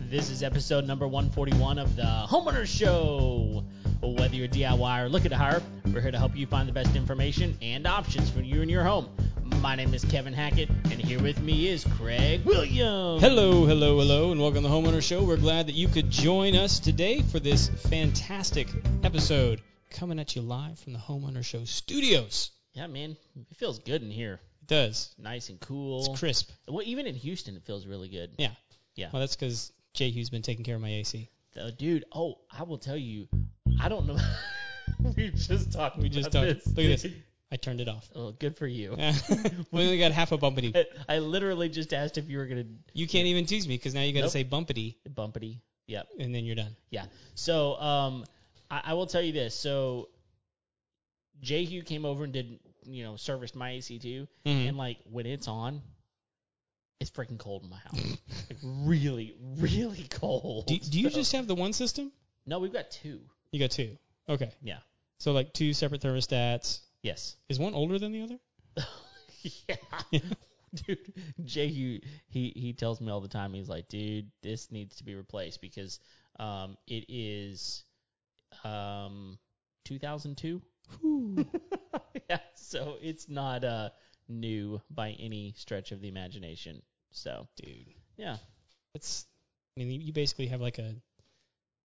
This is episode number 141 of the Homeowner Show. Whether you're DIY or looking to hire, we're here to help you find the best information and options for you and your home. My name is Kevin Hackett, and here with me is Craig Williams. Hello, hello, hello, and welcome to the Homeowner Show. We're glad that you could join us today for this fantastic episode coming at you live from the Homeowner Show studios. Yeah, man, it feels good in here. It does. Nice and cool. It's crisp. Well, even in Houston, it feels really good. Yeah. Yeah. Well, that's because Jay Hugh's been taking care of my AC. Though, dude, oh, I will tell you, I don't know. we just talked. We just about talked- This. look at this. I turned it off. Oh, good for you. we only got half a bumpity. I, I literally just asked if you were gonna You can't even tease me because now you got to Nope. say bumpity bumpity. Yep. and then you're done. Yeah. So um, I, I will tell you this. So Jehu came over and did you know serviced my AC too, Mm-hmm. and like when it's on, it's freaking cold in my house. like really, really cold. Do, do you So- just have the one system? No, we've got two. You got two. Okay. Yeah. So like two separate thermostats. Yes. Is one older than the other? yeah. Dude, Jehu, he he tells me all the time. He's like, dude, this needs to be replaced because um it is um 2002. yeah, so it's not uh new by any stretch of the imagination. So Dude. yeah, That's I mean you basically have like a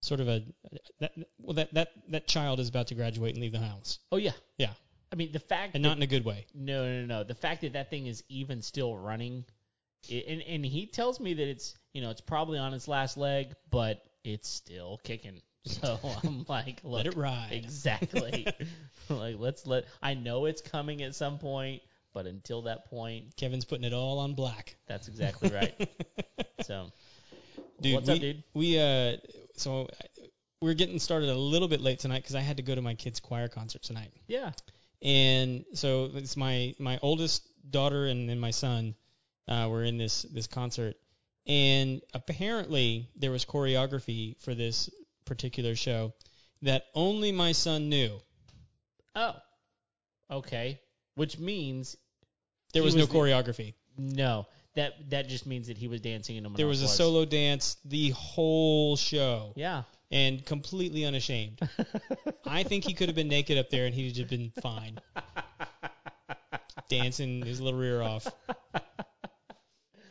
sort of a that well that that that child is about to graduate and leave the house oh yeah, Yeah. I mean the fact and that- not in a good way. No, no, no. The fact that that thing is even still running, i and and he tells me that it's you know it's probably on its last leg, but it's still kicking. So I'm like, look, Let it ride. exactly. like let's let. I know it's coming at some point, but until that point, Kevin's putting it all on black. that's exactly right. so Dude, What's we, up, dude? We uh so I- we're getting started a little bit late tonight cuz I had to go to my kids choir concert tonight. yeah, and so it's my my oldest daughter and then my son uh, were in this this concert, and apparently there was choreography for this particular show that only my son knew. oh, okay. Which means There He was, was no the- choreography. no. That that just means that he was dancing in a. There was a solo dance the whole show Yeah. and completely unashamed. I think he could have been naked up there and he'd have just been fine. Dancing his little rear off.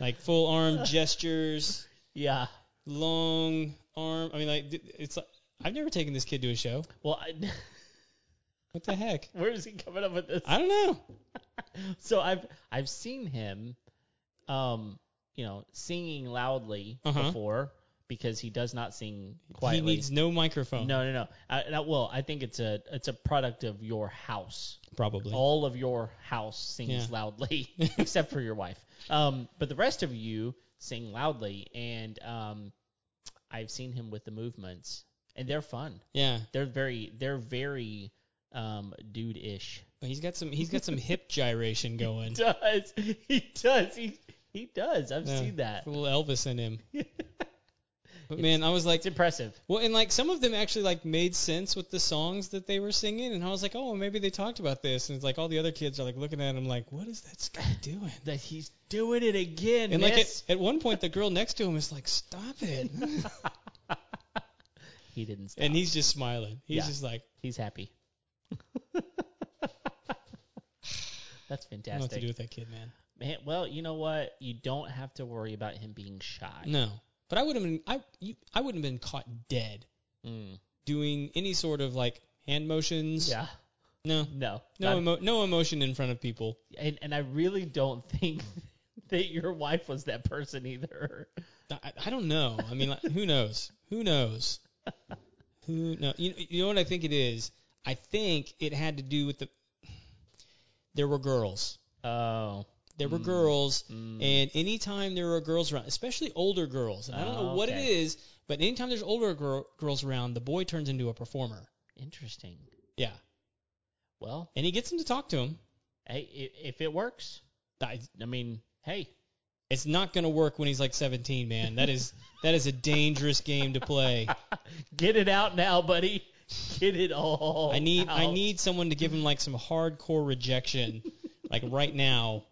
Like full arm gestures. Yeah. long arm. I mean, like th- it's like I've never taken this kid to a show. Well, I, What the heck? where is he coming up with this? I don't know. so I've I've seen him, um, you know, singing loudly Uh-huh. before because he does not sing quietly. He needs no microphone. no, no, no. I, and I- well, I think it's a it's a product of your house. probably. All of your house sings Yeah. loudly, except for your wife. Um, but the rest of you sing loudly, and um, I've seen him with the movements, and they're fun. yeah, They're very they're very um, dude ish. But he's got some. He's got some hip gyration going. does. He does. He he does. I've Yeah. seen that. A little Elvis in him. But man, I was like, It's impressive. well, and like some of them actually like made sense with the songs that they were singing, and I was like, oh, maybe they talked about this, and it's like all the other kids are like looking at him like, what is that guy doing? That he's doing it again. And like at, miss. at one point, the girl next to him is like, stop it, he didn't stop. and he's just smiling. He's Yeah. just like, he's happy. That's I don't know what to fantastic. do with that kid, man. Man, well, you know what? You don't have to worry about him being shy. No, but I would have been I you, I wouldn't have been caught dead Mm. doing any sort of like hand motions. Yeah. No. No. No Not- emo- no emotion in front of people. and and I really don't think that your wife was that person either. I, I don't know. I mean, like, who knows? Who knows? Who know? You you know what I think it is. I think it had to do with the. There were girls. Oh. There were girls, Mm. and anytime there were girls around, especially older girls, and I don't know Oh, what it okay. is, but anytime there's older girl, girls around, the boy turns into a performer. Interesting. Yeah, Well, and he gets them to talk to him. hey, i- if it works, I, I mean, hey, it's not going to work when he's like 17, man. That is that is a dangerous game to play. Get it out now, buddy. Get it all. I need I out. need someone to give him like some hardcore rejection, like right now.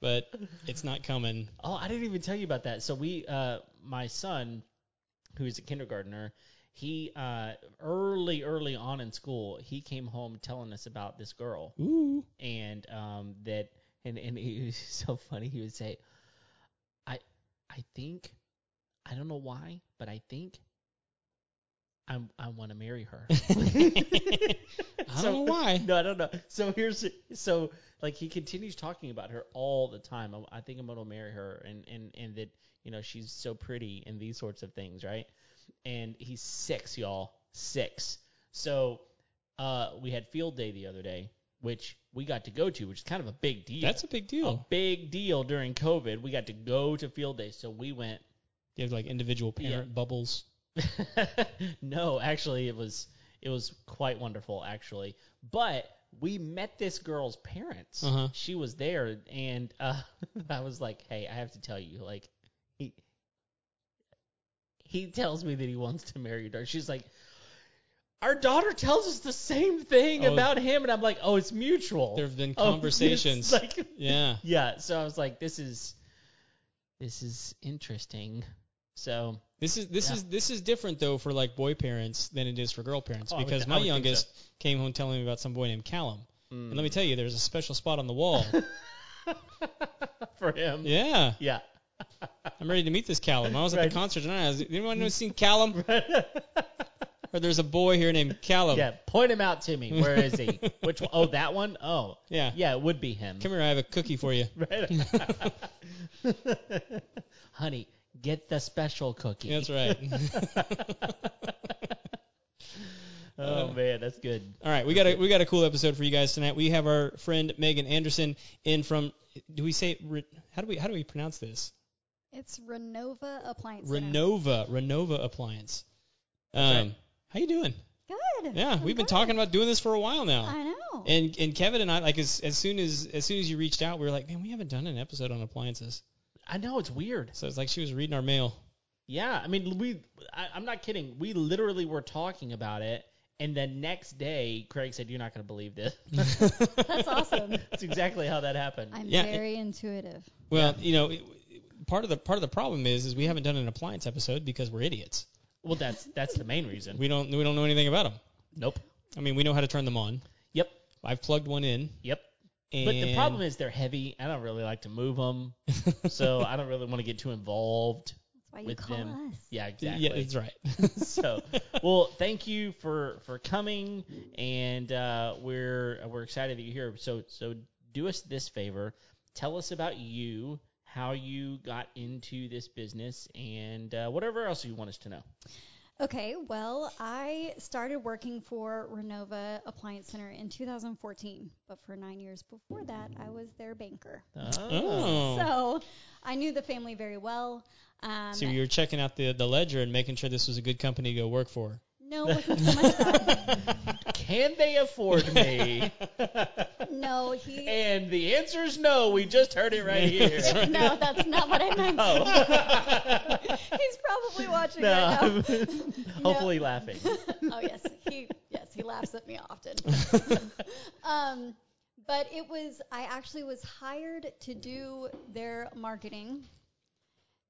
but it's not coming. Oh, I didn't even tell you about that. So we, uh, my son, who is a kindergartner, he uh, early, early on in school, he came home telling us about this girl, Ooh. and um, that, and and it was so funny. He would say, "I, I think, I don't know why, but I think." I'm, I want to marry her. I don't know why. No, I don't know. So here's so like he continues talking about her all the time. I, I think I'm gonna marry her, and and and that you know she's so pretty and these sorts of things, right? And he's six, y'all, six. So uh, we had field day the other day, which we got to go to, which is kind of a big deal. That's a big deal. a big deal during COVID. We got to go to field day, so we went. You have like individual parent bubbles. no, actually, it was it was quite wonderful, actually. But we met this girl's parents. Uh-huh. She was there, and uh, I was like, "Hey, I have to tell you, like, he he tells me that he wants to marry your daughter." She's like. Our daughter tells us the same thing Oh. about him, and I'm like, "Oh, it's mutual." There have been Oh, it's conversations. like, yeah. yeah. So I was like, "This is, this is interesting." So This is this Yeah. is this is different though for like boy parents than it is for girl parents Oh, I would because th- I my would think youngest came home telling me about some boy named Callum. And Mm. let me tell you, there's a special spot on the wall. for him, yeah. yeah. I'm ready to meet this Callum. I was at Right. the concert tonight. I was, anyone know seen Callum? or there's a boy here named Callum. Yeah, point him out to me. Where is he? Which one? Oh, that one? Oh, Yeah. yeah, it would be him. Come here, I have a cookie for you. Honey, get the special cookie. That's right. Uh. Oh man, that's good. All right, we got a we got a cool episode for you guys tonight. We have our friend Megan Anderson in from. Do we say Re- how do we how do we pronounce this? It's Renova Appliance. Center. Renova Renova Appliance. Um, how you doing? Good. Yeah, I'm we've been good. talking about doing this for a while now. I know. And and Kevin and I like as as soon as as soon as you reached out, we were like, man, we haven't done an episode on appliances. I know it's weird. So it's like she was reading our mail. Yeah, I mean, we. I, I'm not kidding. We literally were talking about it, and the next day, Craig said, "You're not going to believe this." That's awesome. that's exactly how that happened. I'm Yeah, it- very intuitive. Well, you know, it- it- part of the part of the problem is is we haven't done an appliance episode because we're idiots. well, that's that's the main reason. We don't we don't know anything about them. Nope. I mean, we know how to turn them on. Yep. I've plugged one in. Yep. And But the problem is they're heavy. I don't really like to move them, so I don't really want to get too involved That's why you with call them. us. Yeah, yeah, exactly. that's right. so, well, thank you for for coming, and uh, we're we're excited that you're here. So, so do us this favor, tell us about you, how you got into this business, and uh, whatever else you want us to know. Okay, well, I started working for Renova Appliance Center in 2014, but for nine years before that, I was their banker. oh. So I knew the family very well. Um, So you were checking out the the ledger and making sure this was a good company to go work for. no, it wasn't so Oh much that. Ah, Can they afford me? No, he. and the answer is no. We just heard it right here. No, that's not what I meant. He's probably watching No, right now. I'm hopefully laughing. oh yes, he yes he laughs at me often. um, but it was I actually was hired to do their marketing,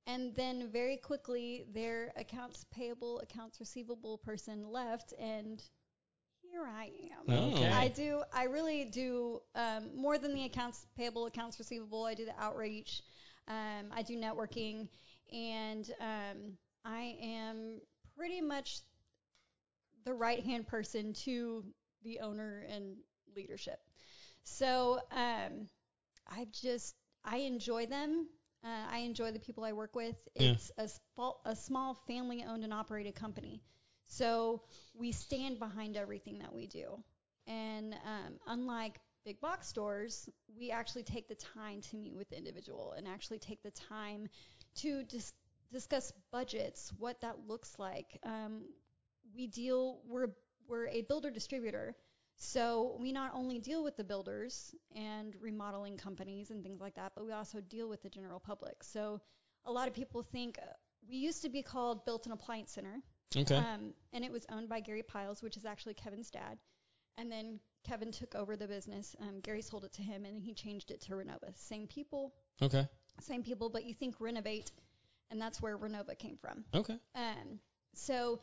and then very quickly their accounts payable, accounts receivable person left, and here I am. Oh, Okay. I do. I really do um, more than the accounts payable, accounts receivable. I do the outreach. Um, I do networking, and um, I am pretty much the right hand person to the owner and leadership. So um, I just I enjoy them. Uh, I enjoy the people I work with. Yeah. It's a, sp- a small family owned and operated company. So we stand behind everything that we do. And um, unlike big box stores, we actually take the time to meet with the individual and actually take the time to dis- discuss budgets, what that looks like. Um, we deal, we're, we're a builder distributor. So we not only deal with the builders and remodeling companies and things like that, but we also deal with the general public. So a lot of people think uh, we used to be called Built and Appliance Center. Okay. Um, and it was owned by Gary Piles, which is actually Kevin's dad. And then Kevin took over the business. Um, Gary sold it to him, and he changed it to Renova. Same people, Okay. same people, but you think renovate, and that's where Renova came from. Okay. Um, so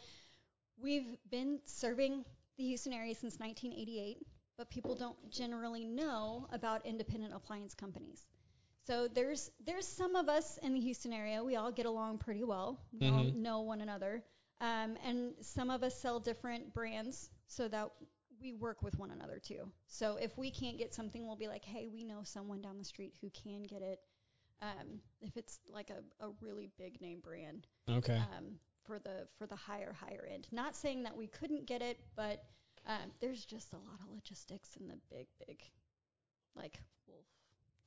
we've been serving the Houston area since 1988, but people don't generally know about independent appliance companies. So there's there's some of us in the Houston area. We all get along pretty well. We all Mhm. know one another, um, and some of us sell different brands so that we work with one another too. So if we can't get something, we'll be like, hey, we know someone down the street who can get it. Um, if it's like a, a really big name brand, Okay. um, for the for the higher higher end. Not saying that we couldn't get it, but um, there's just a lot of logistics in the big big like wolf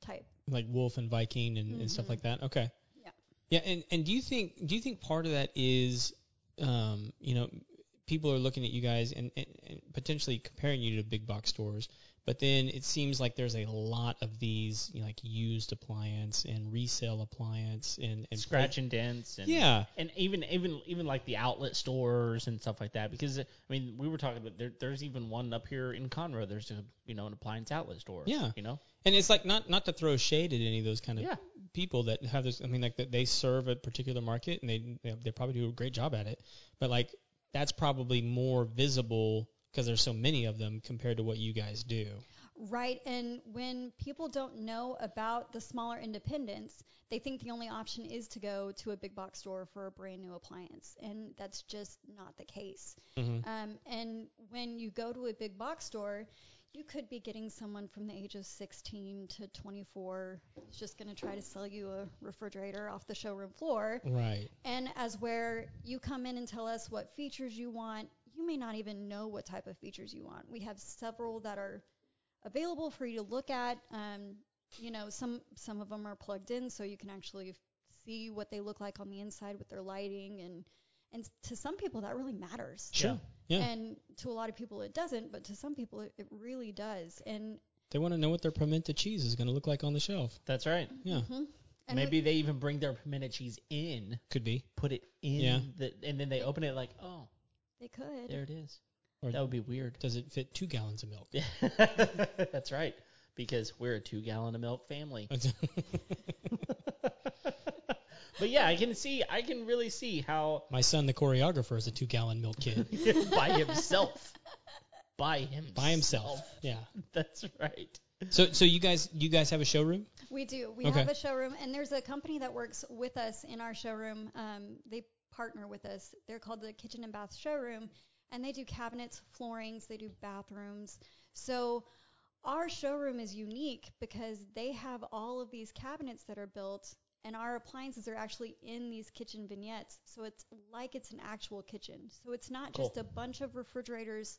type. like Wolf and Viking and, and stuff Mhm. like that. Okay. Yeah. Yeah, and, and do you think do you think part of that is, um, you know, people are looking at you guys and, and, and potentially comparing you to big box stores, but then it seems like there's a lot of these you know, like used appliance and resale appliance and, and scratch and dents and Yeah, and even even even like the outlet stores and stuff like that because I mean we were talking about there, there's even one up here in Conroe there's a you know an appliance outlet store Yeah. you know and it's like not not to throw shade at any of those kind of yeah people that have this. I mean, like that they serve a particular market and they they- they probably do a great job at it. But like that's probably more visible because there's so many of them compared to what you guys do. Right, and when people don't know about the smaller independents, they think the only option is to go to a big box store for a brand new appliance, and that's just not the case. Mm-hmm. Um, and when you go to a big box store, you could be getting someone from the age of 16 to 24 who's just going to try to sell you a refrigerator off the showroom floor. Right. And as where you come in and tell us what features you want, you may not even know what type of features you want. We have several that are available for you to look at. Um, you know, some some of them are plugged in, so you can actually f- see what they look like on the inside with their lighting, and and to some people that really matters. Sure. Yeah. Yeah. And to a lot of people it doesn't, but to some people it, it really does. And They want to know what their pimento cheese is going to look like on the shelf. that's right Yeah. mhm. And maybe they even bring their pimento cheese in Could be. put it in Yeah. the and then they open it like oh we- they could. there it is Or that would be weird does it fit two gallons of milk? that's right because we're a two gallon of milk family but yeah I can see I can really see how My son, the choreographer, is a two gallon milk kid by himself by himself by himself. Yeah. that's right. So so you guys you guys have a showroom? We do. We Okay. have a showroom, and there's a company that works with us in our showroom. Um, they partner with us. They're called the Kitchen and Bath Showroom, and they do cabinets, floorings, they do bathrooms. So our showroom is unique because they have all of these cabinets that are built, and our appliances are actually in these kitchen vignettes. So it's like it's an actual kitchen. So it's not Cool. just a bunch of refrigerators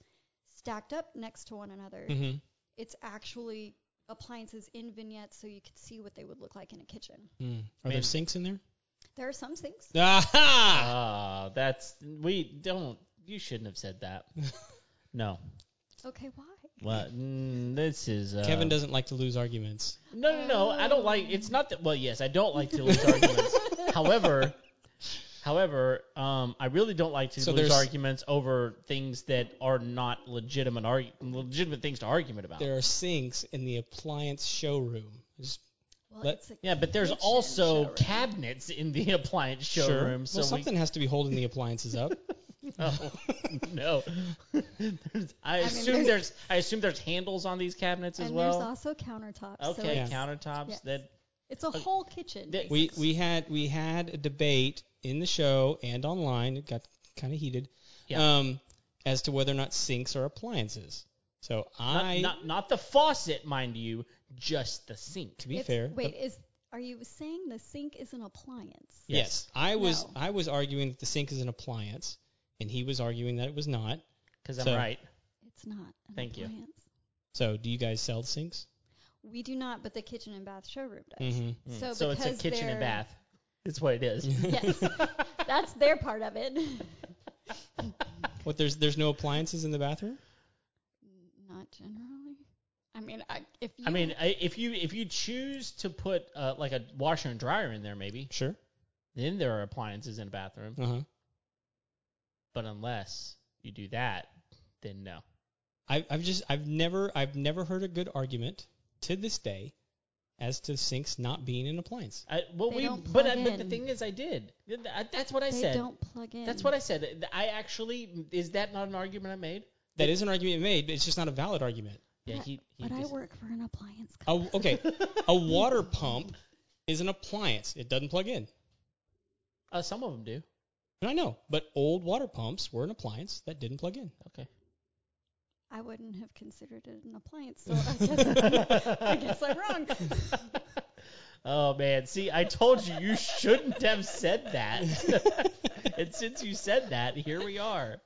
stacked up next to one another Mm-hmm. it's actually appliances in vignettes so you could see what they would look like in a kitchen. Mm. Are there Man. sinks in there? There are some sinks. Aha! Ah, that's we don't. You shouldn't have said that. No. Okay, why? Well, mm, this is uh, Kevin doesn't like to lose arguments. No, no, no. I don't like. It's not that. Well, yes, I don't like to lose arguments. However, however, um, I really don't like to So lose there's- arguments over things that are not legitimate. Argu- legitimate things to argument about. There are sinks in the appliance showroom. Just- Well, Let- it's a yeah, but there's kitchen also showroom. cabinets in the appliance showroom. So well, we, something has to be holding the appliances up. Oh, no. There's- I mean, assume there's- there's I assume there's handles on these cabinets as And well. there's also countertops. So Okay, it's, Yeah. countertops. Yes. That it's a whole kitchen. That- we basically. we had we had a debate in the show and online. It got kind of heated. Yeah. Um, as to whether or not sinks are appliances. So not, I, not not the faucet, mind you, just the sink. to be It's- fair, Wait, is are you saying the sink is an appliance? yes, I was No. I was arguing that the sink is an appliance, and he was arguing that it was not. because I'm So- right. It's not an Thank you. appliance. So do you guys sell sinks? We do not, but the kitchen and bath showroom does. Mm-hmm. So, Hmm. So it's a because kitchen and they're- bath. It's what it is. Yes, that's their part of it. What there's there's no appliances in the bathroom? Not generally. I mean, I, if you I mean, I, if you if you choose to put uh, like a washer and dryer in there, maybe Sure. then there are appliances in a bathroom. Uh huh. But unless you do that, then no. I, I've just I've never I've never heard a good argument to this day as to sinks not being an appliance. I, well, They we, don't but plug I, but the in. thing is, I did. Th- th- I- That's what I they said. don't plug in. That's what I said. I actually is that not an argument I made? That is an argument made, but it's just not a valid argument. Yeah, But- he. he But I dis- work for an appliance A, company. okay, a water pump is an appliance. It doesn't plug in. Uh, some of them do. And I know, but old water pumps were an appliance that didn't plug in. Okay. I wouldn't have considered it an appliance, so I guess, I guess I'm wrong. Oh man, see, I told you you shouldn't have said that. and since you said that, here we are.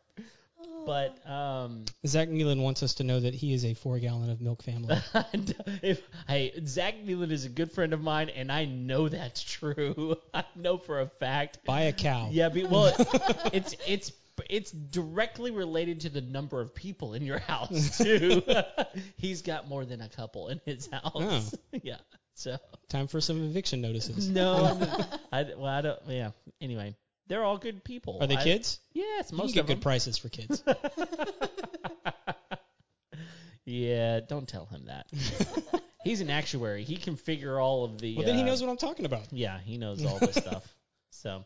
But um, Zach Nealon wants us to know that he is a four gallon of milk family. if hey, Zach Nealon is a good friend of mine, and I know that's true. I know for a fact. Buy a cow. Yeah, be, well, it's it's it's directly related to the number of people in your house too. He's got more than a couple in his house. Oh. Yeah. So Time for some eviction notices. no, I'm not- I well, I don't. Yeah. Anyway, they're all good people. Are they I- kids? Yes, You can most get of good them. prices for kids. yeah, don't tell him that. He's an actuary. He can figure all of the. Well, then he uh, knows what I'm talking about. Yeah, he knows all this stuff. So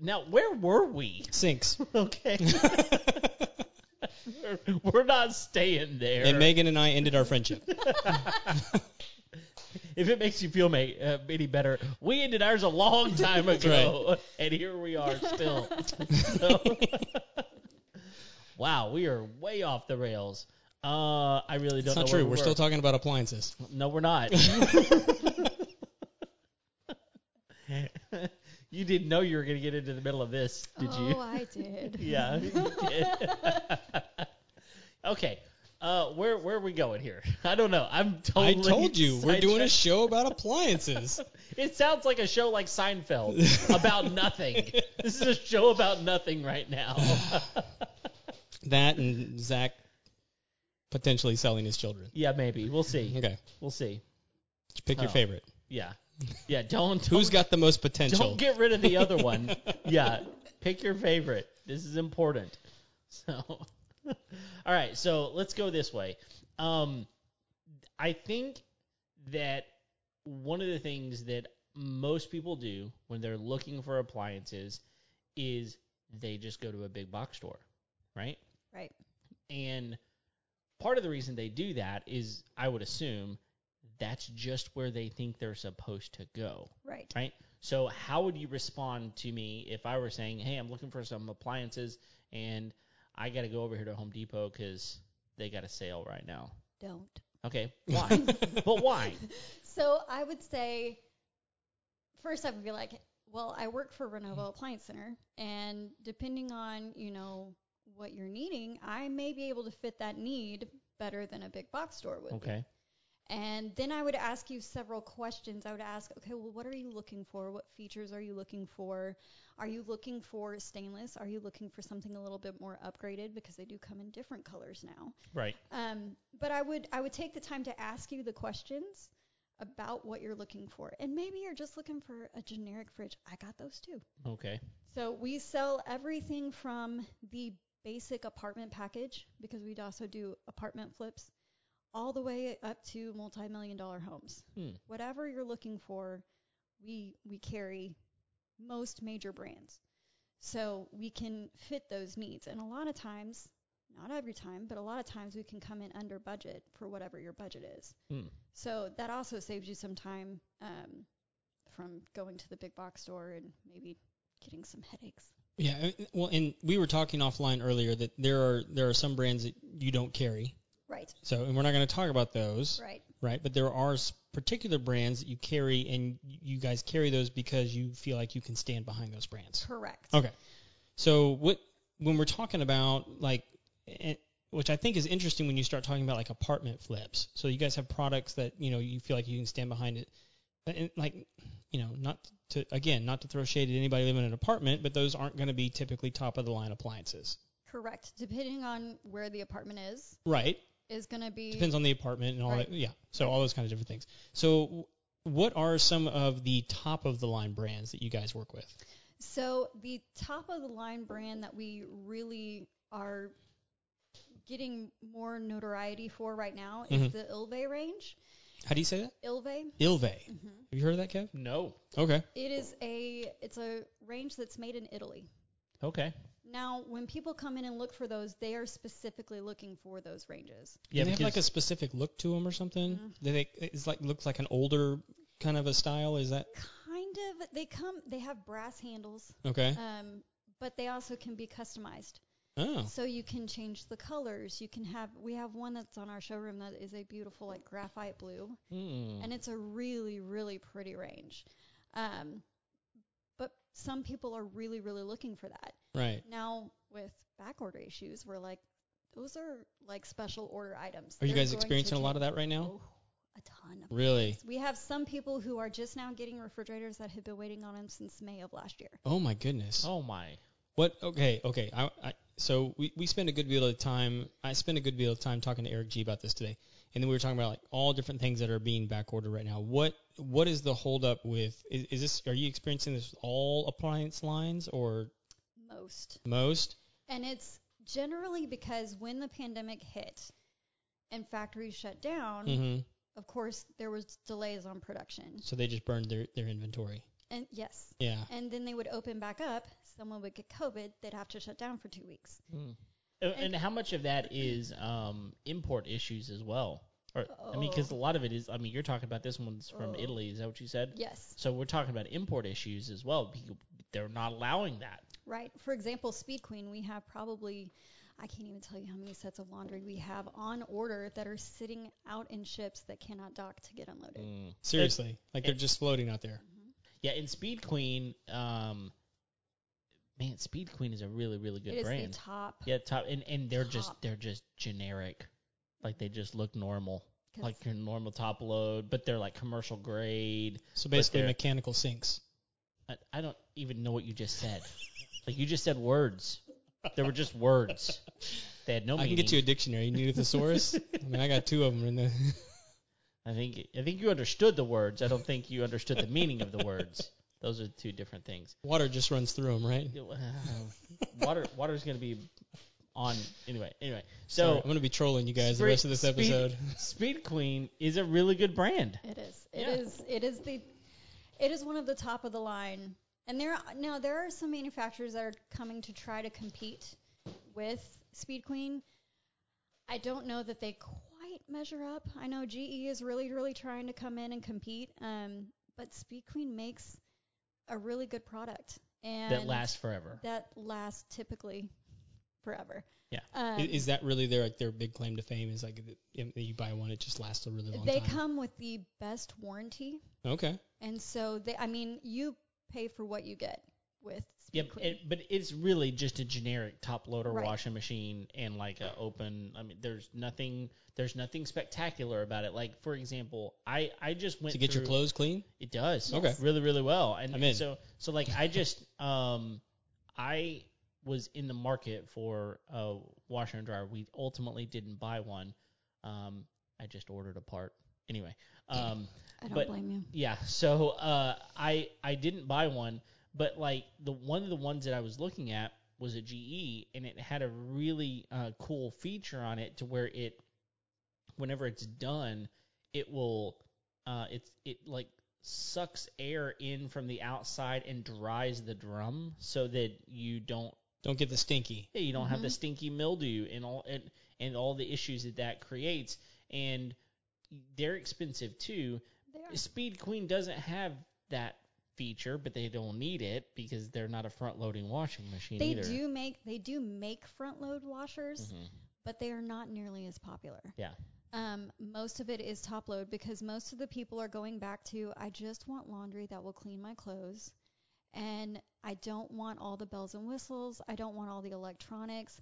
now, where were we? Sinks. Okay. We're- We're not staying there. And Megan and I ended our friendship. if it makes you feel ma- uh, any better, we ended ours a long time ago, and here we are still. So- wow, we are way off the rails. Uh, I really don't It's know. not where true. we We're still talking about appliances. No, we're not. you didn't know you were going to get into the middle of this, did oh, you? I did. Yeah. you did. okay. Uh, where where are we going here? I don't know. I'm totally. I told you we're doing a sidetracked. show about appliances. It sounds like a show like Seinfeld about nothing. This is a show about nothing right now. that and Zach potentially selling his children. yeah, maybe we'll see. Okay, We'll see. just pick your Oh. favorite. Yeah, yeah. Don't, Who's don't- got the most potential? Don't get rid of the other one. yeah, pick your favorite. This is important. So, all right. So let's go this way. Um, I think that one of the things that most people do when they're looking for appliances is they just go to a big box store, right? Right. And part of the reason they do that is, I would assume, that's just where they think they're supposed to go. Right. Right. So how would you respond to me if I were saying, "Hey, I'm looking for some appliances, and I got to go over here to Home Depot because they got a sale right now." Don't. Okay, why? but why? So I would say, first I would be like, well, I work for Mm. Renova Appliance Center, and depending on you know what you're needing, I may be able to fit that need better than a big box store would. Okay. And then I would ask you several questions. I would ask, okay, well, what are you looking for? What features are you looking for? Are you looking for stainless? Are you looking for something a little bit more upgraded because they do come in different colors now? Right. Um, but I would I would take the time to ask you the questions about what you're looking for, and maybe you're just looking for a generic fridge. I got those too. Okay. So we sell everything from the basic apartment package because we'd also do apartment flips all the way up to multi-million dollar homes. Hmm. Whatever you're looking for, we we carry most major brands. So we can fit those needs and a lot of times, not every time, but a lot of times we can come in under budget for whatever your budget is. Hmm. So that also saves you some time um, from going to the big box store and maybe getting some headaches. Yeah, I- well, and we were talking offline earlier that there are there are some brands that you don't carry. Right, So, and we're not going to talk about those, right. right, But there are s- particular brands that you carry, and you guys carry those because you feel like you can stand behind those brands. correct. Okay. So what when we're talking about like, eh, which I think is interesting when you start talking about like apartment flips. So you guys have products that you know you feel like you can stand behind it, But, eh, like you know not to again not to throw shade at anybody living in an apartment, but those aren't going to be typically top of the line appliances, Correct. Depending on where the apartment is, right? is going to be Depends on the apartment and all Right. that. Yeah. So all those kind of different things. So. w- What are some of the top of the line brands that you guys work with? So the top of the line brand that we really are getting more notoriety for right now Mhm. is the Ilve range. How do you say that? Ilve. Ilve. Have hmm you heard of that, Kev? No. Okay. It is a it's a range that's made in Italy. Okay. Now, when people come in and look for those, they are specifically looking for those ranges. Yeah, Yeah, they have like a because- specific look to them or something. Mhm. They They it's like looks like an older kind of a style. Is that Kind of, they come, they have brass handles, okay? um, but they also can be customized. Oh, So you can change the colors. You can have, we have one that's on our showroom that is a beautiful, like graphite blue, Oh. Hmm. and it's a really, really pretty range. Um, but some people are really, really looking for that. right. Now with back order issues, we're like, those are like special order items. Are you They're going guys to experiencing a lot change. of that right now? Oh, a ton of Really? We have some people who are just now getting refrigerators that have been waiting on them since May of last year. Oh my goodness. Oh my. What? Okay, okay. I, I so we we spent a good deal of time. I spent a good deal of time talking to Eric G about this today, and then we were talking about like all different things that are being back ordered right now. What what is the holdup with? Is, is this? Are you experiencing this with all appliance lines or Most. most? And it's generally because when the pandemic hit and factories shut Um, down, Mm-hmm. of course there was delays on production. So they just burned their their inventory. And yes. Yeah. And then they would open back up, someone would get COVID, they'd have to shut down for 2 weeks. Mm. And, and how much of that is um, import issues as well? Or, I mean, because a Oh. lot of it is. I mean, you're talking about this one's from Oh. Italy. Is that what you said? Yes. So we're talking about import issues as well. People, they're not allowing that. Right. For example, Speed Queen, we have probably, I can't even tell you how many sets of laundry we have on order that are sitting out in ships that cannot dock to get Mm, unloaded. Seriously, like they're it- just floating out there. Yeah, and Speed Queen, um, man, Speed Queen is a really, really It good is brand. the top. yeah, top, and and they're just Top. they're just generic, like they just look normal, 'cause like your normal top load, but they're like commercial grade. So basically, they're- mechanical sinks. I, I don't even know what you just said. like you just said words. There were just words. They had no I meaning. can get you a dictionary. You need a thesaurus? I mean, I got two of them in the. I think I think you understood the words. I don't think you understood the meaning of the words. Those are two different things. Water just runs through them, right? It- water water's going to be on anyway. Anyway, Sorry, I'm so going to be trolling you guys the Spre- rest of this speed- episode. Speed Queen is a really good brand. It is. Yeah. It is. It is the. It is one of the top of the line, and there are, now there are some manufacturers that are coming to try to compete with Speed Queen. I don't know that they quite measure up. I know GE is really, really trying to come in and compete, um, but Speed Queen makes a really good product and that lasts forever. That lasts typically forever. Yeah. Um, I- is that really their like their big claim to fame? Is like th- if you buy one, it just lasts a really long they time. come with the best warranty. okay. And so they, I mean, you pay for what you get with Speed Yep, Queen. it, but it's really just a generic top loader Right. washing machine and like a open. I mean, there's nothing. There's nothing spectacular about it. Like for example, I I just went To get your through- clothes clean. It does. Okay. Really, really well. And I'm in. so so like I just um I was in the market for a washer and dryer. We ultimately didn't buy one. Um I just ordered a part. Anyway. Um I don't but- blame you. yeah, so uh I I didn't buy one, but like the one of the ones that I was looking at was a GE and it had a really uh, cool feature on it to where it whenever it's done, it will uh it's it like sucks air in from the outside and dries the drum so that you don't Don't get the stinky. yeah, you don't have the Mhm. stinky mildew and all and, and all the issues that that creates and they're expensive too They are. Speed Queen doesn't have that feature, but they don't need it because they're not a front loading washing machine They either. do make they do make front load washers, Mhm. but they are not nearly as popular. Yeah. Um, most of it is top load because most of the people are going back to I just want laundry that will clean my clothes, and I don't want all the bells and whistles. I don't want all the electronics.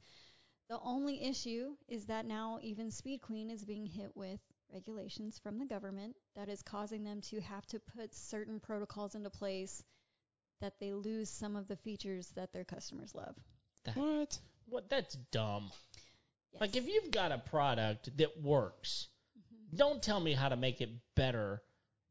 The only issue is that now even Speed Queen is being hit with regulations from the government that is causing them to have to put certain protocols into place that they lose some of the features that their customers love. What? What? That's dumb. Yes. Like if you've got a product that works, don't tell me how to make it better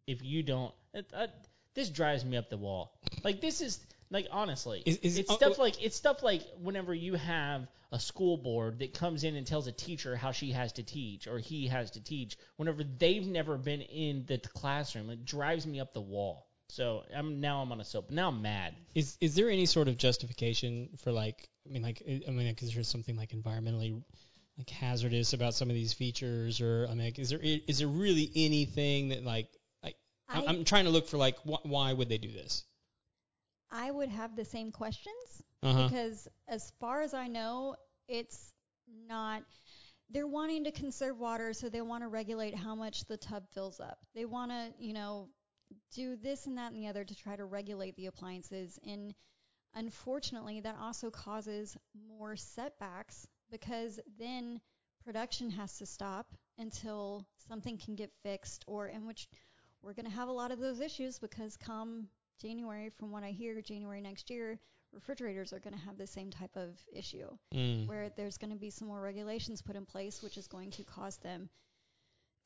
if you don't. It, uh, this drives me up the wall. Like this is Like honestly, Is- is- it's oh, stuff oh. like it's stuff like whenever you have a school board that comes in and tells a teacher how she has to teach or he has to teach. Whenever they've never been in the t- classroom, it drives me up the wall. So I'm now I'm on a soap. Now I'm mad. Is is there any sort of justification for like I mean like I I mean like, is there something like environmentally like hazardous about some of these features or I mean like, is there is there really anything that like I, I I- I'm trying to look for like wh- why would they do this? I would have the same questions Uh huh. because, as far as I know, it's not. They're wanting to conserve water, so they want to regulate how much the tub fills up. They want to, you know, do this and that and the other to try to regulate the appliances. And unfortunately, that also causes more setbacks because then production has to stop until something can get fixed, or in which we're going to have a lot of those issues because come January, from what I hear, January next year, refrigerators are going to have the same type of issue Mm. where there's going to be some more regulations put in place, which is going to cause them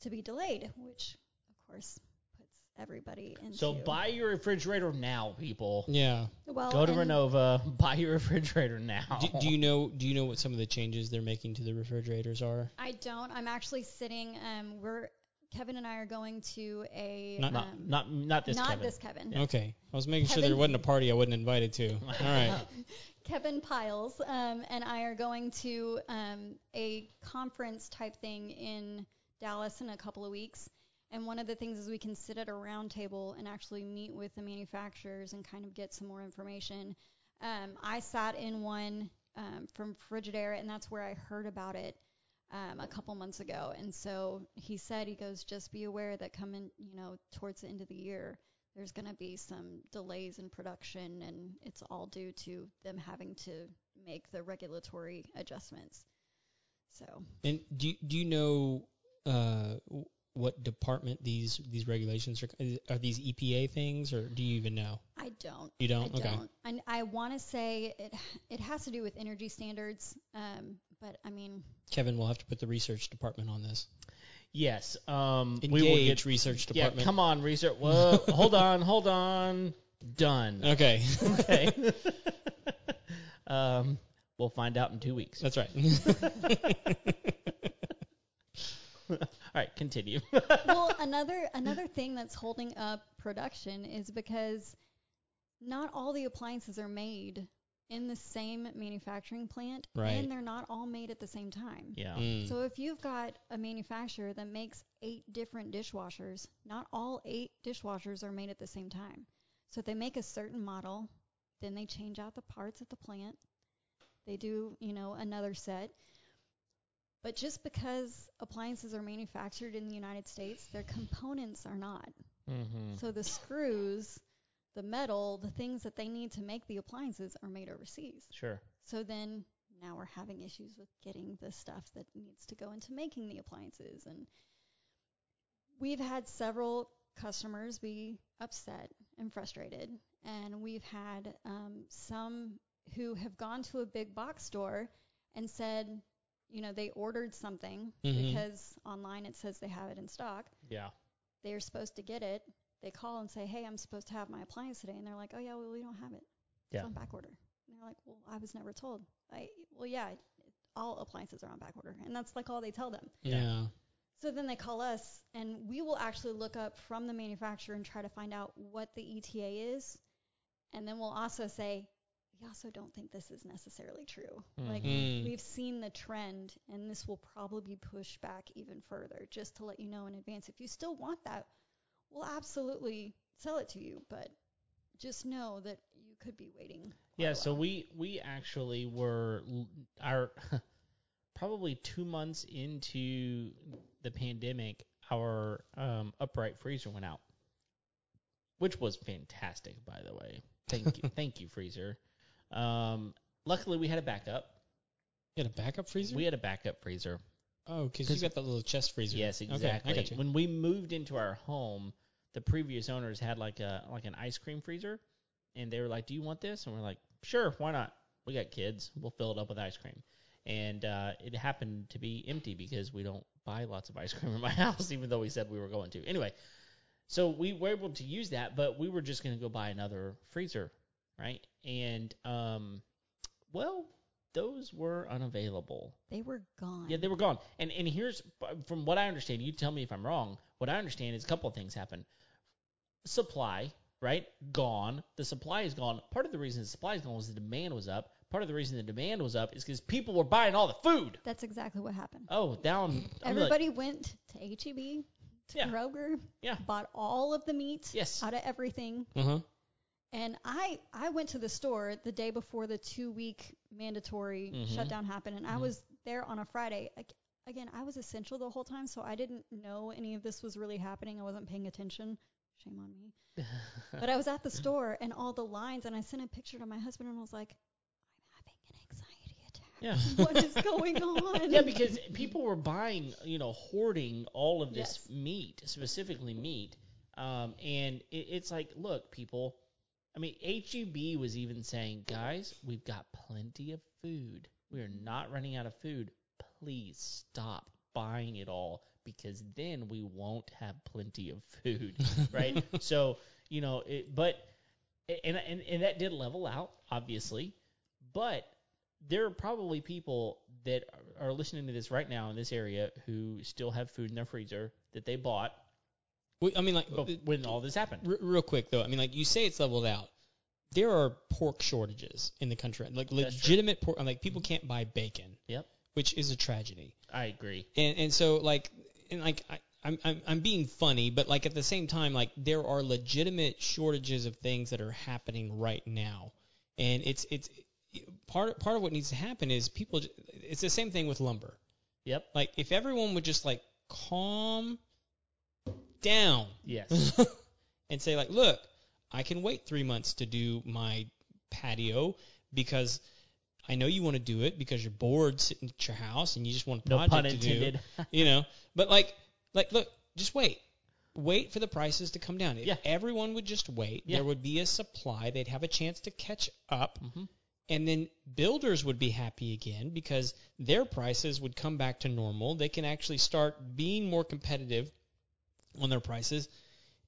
to be delayed, which of course puts everybody into. So buy your refrigerator now, people. Yeah. well, Go to Oh, and Renova, buy your refrigerator now. Do, do you know do you know what some of the changes they're making to the refrigerators are? I don't. I'm actually sitting. Um, we're Kevin and I are going to a Not- not, um, not not this not Kevin. this Kevin. Okay. I was making sure Kevin- there wasn't a party I wasn't invited to. All right. Kevin Piles um, and I are going to um, a conference type thing in Dallas in a couple of weeks. And one of the things is we can sit at a round table and actually meet with the manufacturers and kind of get some more information. Um, I sat in one um, from Frigidaire, and that's where I heard about it um, a couple months ago. And so he said, he goes, just be aware that coming, you know, towards the end of the year, there's going to be some delays in production, and it's all due to them having to make the regulatory adjustments. So And do you- do you know uh, w- what department these these regulations are? is- Are these EPA things, or do you even know? I don't. You I don't. don't. okay. And I want to say it. It has to do with energy standards. Um, but I mean, Kevin, we'll have to put the research department on this. Yes. Um, Engage we will get research department. Yeah, come on, research. Whoa, hold on, hold on. Done. Okay, Okay. um, we'll find out in two weeks. All that's right. right, continue. well, another another thing that's holding up production is because not all the appliances are made in the same manufacturing plant, Right. and they're not all made at the same time. yeah. Mm. So if you've got a manufacturer that makes eight different dishwashers, not all eight dishwashers are made at the same time. So if they make a certain model, then they change out the parts at the plant. They do, you know, another set. But just because appliances are manufactured in the United States, their components are not. Mm-hmm. So the screws, the metal, the things that they need to make the appliances are made overseas. Sure. So then now we're having issues with getting the stuff that needs to go into making the appliances. And we've had several customers be upset and frustrated. And we've had um, some who have gone to a big box store and said, you know, they ordered something Mhm. because online it says they have it in stock. Yeah. They're supposed to get it. They call and say, hey, I'm supposed to have my appliance today. And they're like, oh, yeah, well, we don't have it. It's Yeah. on back order. And they're like, well, I was never told. I well, yeah, it- all appliances are on back order, and that's like all they tell them. yeah. So then they call us, and we will actually look up from the manufacturer and try to find out what the ETA is, and then we'll also say, we also don't think this is necessarily true. Like Mm-hmm. Mhm. we've seen the trend, and this will probably be pushed back even further. Just to let you know in advance, if you still want that, we'll absolutely sell it to you, but just know that you could be waiting. quite Yeah, a so while. we we actually were l- our probably 2 months into the pandemic our um, upright freezer went out. Which was fantastic by the way. Thank you. Thank you freezer. Um, luckily we had a backup. You had a backup freezer. We had a backup freezer. oh, because you 'cause- got that little chest freezer. Yes, Okay, I exactly. got you. When we moved into our home, the previous owners had like a like an ice cream freezer, and they were like, "Do you want this?" And we're like, "Sure, why not? We got kids. We'll fill it up with ice cream." And uh, it happened to be empty because we don't buy lots of ice cream in my house, even though we said we were going to. Anyway, so we were able to use that, but we were just going to go buy another freezer right? And um, well, those were unavailable. They were gone. Yeah, they were gone. And and here's from what I understand. You tell me if I'm wrong. What I understand is a couple of things happen. Supply, right? Gone. The supply is gone. Part of the reason the supply is gone was the demand was up. Part of the reason the demand was up is because people were buying all the food. That's exactly what happened. Oh, now I'm, I'm like- Everybody went to HEB, to Yeah. Kroger, Yeah. bought all of the meat yes. out of everything. Uh huh. And I, I went to the store the day before the two week mandatory Mhm. shutdown happened, and I Mhm. was there on a Friday. Ag- Again, I was essential the whole time, so I didn't know any of this was really happening. I wasn't paying attention. Shame on me. But I was at the store and all the lines, and I sent a picture to my husband, and I was like, I'm having an anxiety attack. yeah. What is going on? Yeah, because people were buying, you know, hoarding all of this Yes. meat, specifically meat. Um, and it, it's like, look, people. I mean, HEB was even saying, guys, we've got plenty of food. We are not running out of food. Please stop buying it all because then we won't have plenty of food, right? so, you know, it, but and, and and that did level out, obviously, but there are probably people that are are listening to this right now in this area who still have food in their freezer that they bought We, I mean, like, bef- when all this happened. r- real quick though. I mean, like you say, it's leveled out. There are pork shortages in the country. Like true. legitimate pork. Like people can't buy bacon. Yep. Which is a tragedy. I agree. And and so like and like I. I'm, I'm I'm being funny, but like at the same time, like there are legitimate shortages of things that are happening right now, and it's it's part part of what needs to happen is people. j- It's the same thing with lumber. Yep. Like if everyone would just like calm down Yes. and say like, look, I can wait three months to do my patio because I know you want to do it because you're bored sitting at your house and you just want a no project pun to intended. do, you know. But like, like look, just wait. Wait for the prices to come down. If Yeah. everyone would just wait, Yeah. there would be a supply. They'd have a chance to catch up Mhm. and then builders would be happy again because their prices would come back to normal. They can actually start being more competitive on their prices.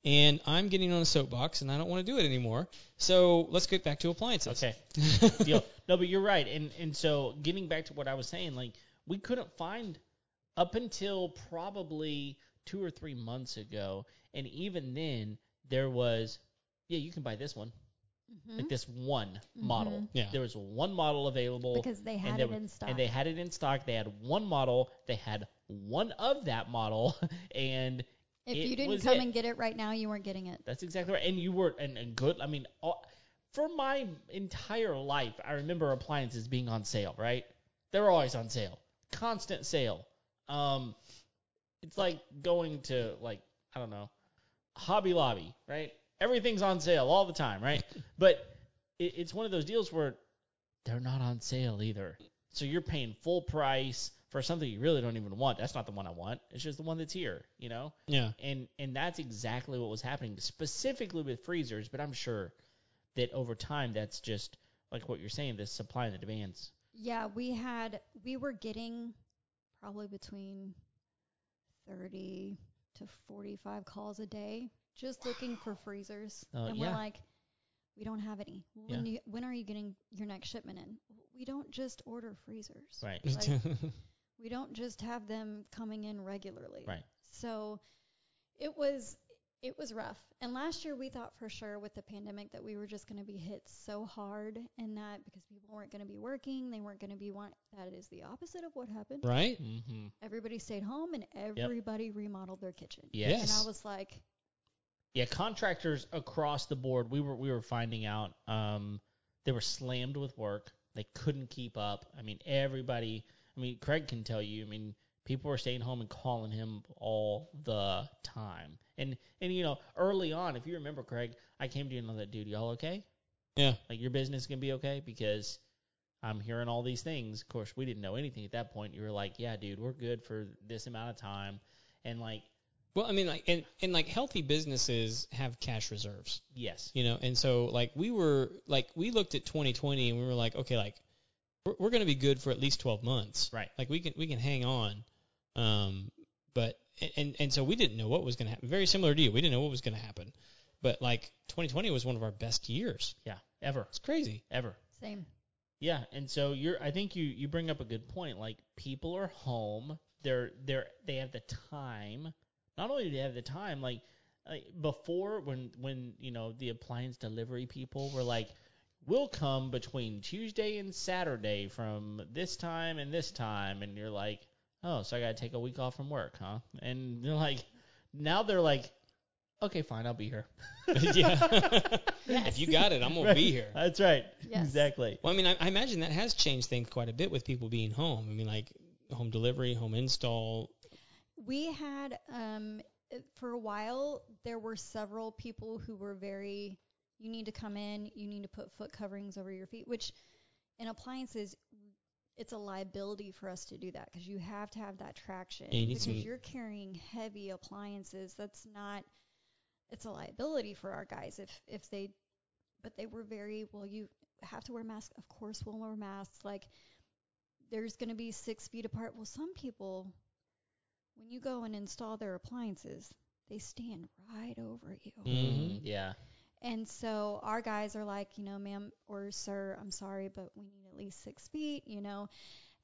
And I'm getting on a soapbox and I don't want to do it anymore. So let's get back to appliances. Okay. Deal. No, but you're right. And and so getting back to what I was saying, like we couldn't find up until probably two or three months ago, and even then there was yeah, you can buy this one. Mhm. Like this one model. Yeah. There was one model available. Mm-hmm. because they had they it were- in Mm-hmm. stock. and they had it in stock. They had one model. They had one of that model, and if it you didn't was come it. and get it right now, you weren't getting it. that's exactly right. And you were and, and good. I mean, all, for my entire life, I remember appliances being on sale. Right? They're always on sale, constant sale. Um, it's like going to like I don't know, Hobby Lobby. Right? Everything's on sale all the time. Right? but it, it's one of those deals where they're not on sale either. So you're paying full price for something you really don't even want. That's not the one I want. It's just the one that's here. You know Yeah. and and that's exactly what was happening specifically with freezers but i'm sure that over time that's just like what you're saying the supply and the demands Yeah, we had we were getting probably between 30 to 45 calls a day just looking for freezers. Oh, and yeah. we're like we don't have any. When you, when are you getting your next shipment in? We don't just order freezers. right Like- We don't just have them coming in regularly. Right. So it was it was rough. And last year we thought for sure with the pandemic that we were just going to be hit so hard and that because people weren't going to be working, they weren't going to be want that is the opposite of what happened. right? mm-hmm. Everybody stayed home and everybody remodeled their kitchen. yes And Yes. I was like, yeah contractors across the board we were we were finding out um they were slammed with work they couldn't keep up i mean everybody i mean craig can tell you i mean people were staying home and calling him all the time and and you know early on if you remember craig i came to you and I was like dude y'all okay Yeah. like your business gonna be okay because I'm hearing all these things. Of course, we didn't know anything at that point. You were like, yeah, dude, we're good for this amount of time, and like, Well, I mean, like, and, and like healthy businesses have cash reserves. yes, you know and so like we were like we looked at 2020 and we were like okay like we're, we're going to be good for at least 12 months Right. like we can we can hang on um but and and so we didn't know what was going to happen very similar to you we didn't know what was going to happen but like 2020 was one of our best years yeah, ever, It's crazy. ever. Same. Yeah, and so you're. I think you you bring up a good point. Like people are home. They're they're they have the time. Not only do they have the time, like, like before when when you know the appliance delivery people were like, we'll come between Tuesday and Saturday from this time and this time, and you're like, oh, so I got to take a week off from work, huh? And they're like, now they're like, okay, fine, I'll be here. yeah. If you got it, I'm gonna be Right. here. That's right. Yes. Exactly. Well, I mean, I, I imagine that has changed things quite a bit with people being home. I mean, like home delivery, home install. We had um uh, for a while there were several people who were very you need to come in, you need to put foot coverings over your feet, which in appliances it's a liability for us to do that because you have to have that traction Yeah, you need because some- you're carrying heavy appliances. That's not it's a liability for our guys if if they but they were very well you have to wear masks of course we'll wear masks like there's going to be six feet apart well some people when you go and install their appliances they stand right over you Mm-hmm. Mhm. Mm, Yeah. and so our guys are like you know ma'am or sir i'm sorry but we need at least six feet you know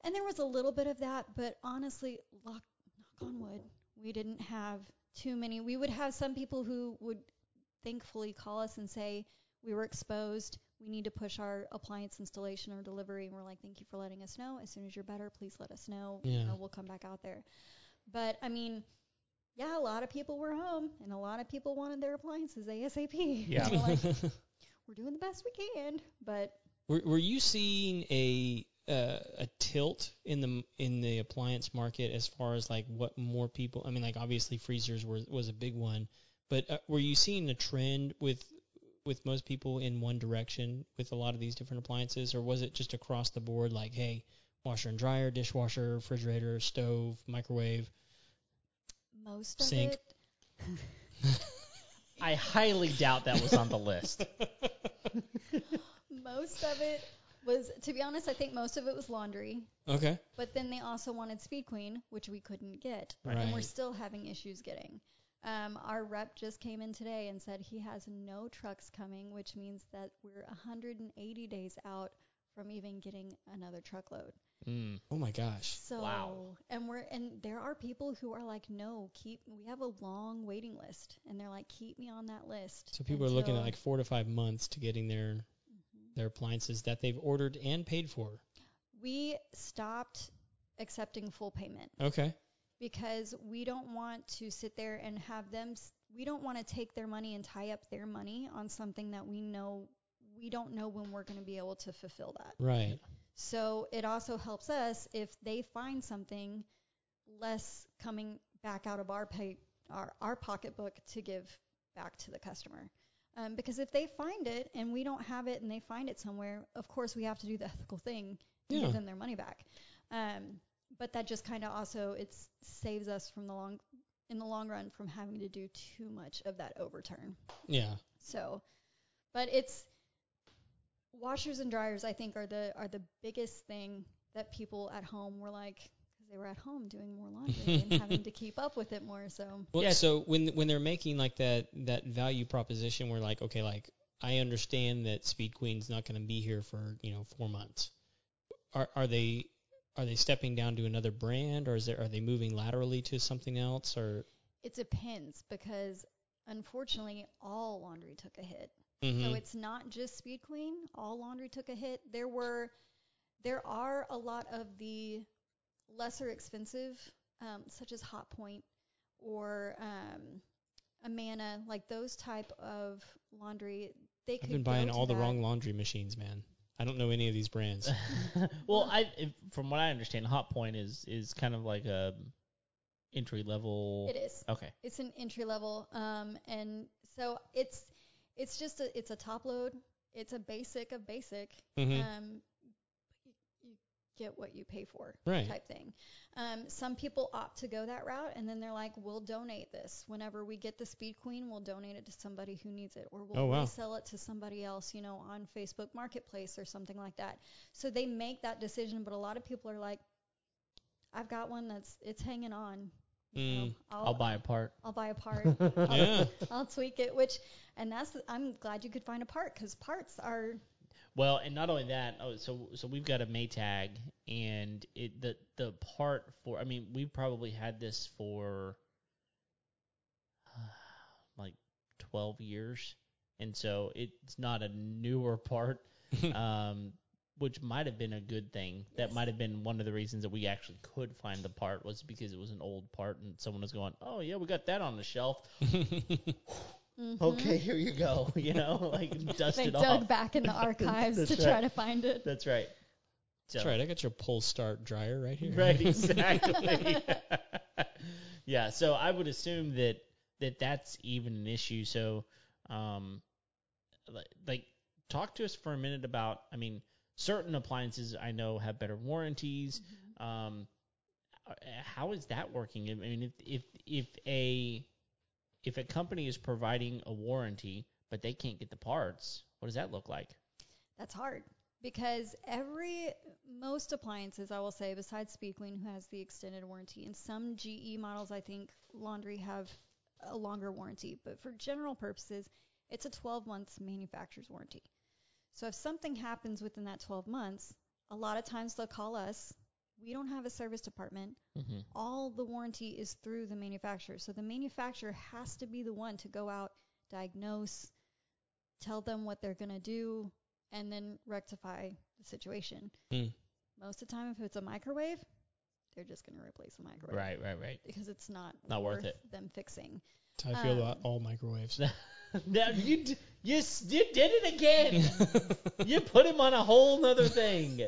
and there was a little bit of that but honestly lock, knock on wood we didn't have too many we would have some people who would thankfully call us and say we were exposed we need to push our appliance installation or delivery and we're like thank you for letting us know as soon as you're better please let us know Yeah. you know we'll come back out there but i mean yeah a lot of people were home and a lot of people wanted their appliances asap Yeah. we're, like, we're doing the best we can but were, were you seeing a uh, a tilt in the in the appliance market as far as like what more people? I mean, like obviously freezers were was a big one, but uh, were you seeing a trend with with most people in one direction with a lot of these different appliances, or was it just across the board? Like, hey, washer and dryer, dishwasher, refrigerator, stove, microwave. most of Sink. it I highly doubt that was on the list. most of it was to be honest i think most of it was laundry Okay. But then they also wanted Speed Queen, which we couldn't get, Right. and we're Right. still having issues getting. Um, our rep just came in today and said he has no trucks coming, which means that we're 180 days out from even getting another truckload. Mm. Oh my gosh. So, Wow. and we're and there are people who are like, no, keep. We have a long waiting list, and they're like, keep me on that list. So people are looking at until- like four to five months to getting their their appliances that they've ordered and paid for. we stopped accepting full payment. Okay. because we don't want to sit there and have them s- we don't want to take their money and tie up their money on something that we know we don't know when we're going to be able to fulfill that. Right. So it also helps us if they find something less coming back out of our pay our, our pocketbook to give back to the customer. Um, because if they find it and we don't have it and they find it somewhere, of course we have to do the ethical thing and Yeah. give them their money back. Um, but that just kind of also it saves us from the long in the long run from having to do too much of that overturn. Yeah. So, but it's washers and dryers. I think are the are the biggest thing that people at home were like because they were at home doing more laundry and having to keep up with it more. So Well, Yes. so when when they're making like that that value proposition, we're like, okay, like I understand that Speed Queen's not going to be here for you know four months. Are are they are they stepping down to another brand, or is there are they moving laterally to something else, or it depends because unfortunately all laundry took a hit. So Mm-hmm. Mhm. it's not just Speed Queen. All laundry took a hit. There were, there are a lot of the lesser expensive, um, such as Hot Point or um, Amana, like those type of laundry. They could Mm-hmm. I've been go buying to all the that. wrong laundry machines, man. I don't know any of these brands. well, I if, from what I understand, Hot Point is is kind of like a entry level. It is. Okay. It's an entry level, um, and so it's it's just a it's a top load. It's a basic of basic. hmm Um, you, you get what you pay for. right. type thing. Um, some people opt to go that route, and then they're like, "We'll donate this whenever we get the Speed Queen. We'll donate it to somebody who needs it, or we'll Oh, wow. resell it to somebody else, you know, on Facebook Marketplace or something like that." So they make that decision, but a lot of people are like, "I've got one that's it's hanging on. you know, Mm. I'll buy a part. I'll buy a part. yeah. Yeah. I'll tweak it." Which, and that's I'm glad you could find a part because parts are Well, and not only that, oh, so so we've got a Maytag, and it the the part for I mean we probably had this for uh, like twelve years, and so it's not a newer part, um, which might have been a good thing. That Yes. might have been one of the reasons that we actually could find the part was because it was an old part, and someone was going, "Oh yeah, we got that on the shelf." Mhm. Okay, here you go. You know, like dust They it dug off. back in the archives to That's try right. to find it. That's right. So- That's right. I got your pull start dryer right here. Right, exactly. yeah, so I would assume that that that's even an issue. So, um, li- like, talk to us for a minute about. I mean, certain appliances I know have better warranties. Um, uh, how is that working? I mean, if if if a if a company is providing a warranty but they can't get the parts, what does that look like? That's hard because every most appliances I will say besides Speakween who has the extended warranty and some GE models I think laundry have a longer warranty but for general purposes it's a 12 months manufacturer's warranty. So if something happens within that 12 months, a lot of times they'll call us. We don't have a service department. Mm-hmm. All the warranty is through the manufacturer. So the manufacturer has to be the one to go out, diagnose, tell them what they're going to do, and then rectify the situation. Hmm. Most of the time, if it's a microwave, they're just going to replace the microwave. Right, right, right. Because it's not, Not worth them fixing. That's how I feel about Um, all microwaves. now you d- you s- you did it again. you put him on a whole nother thing.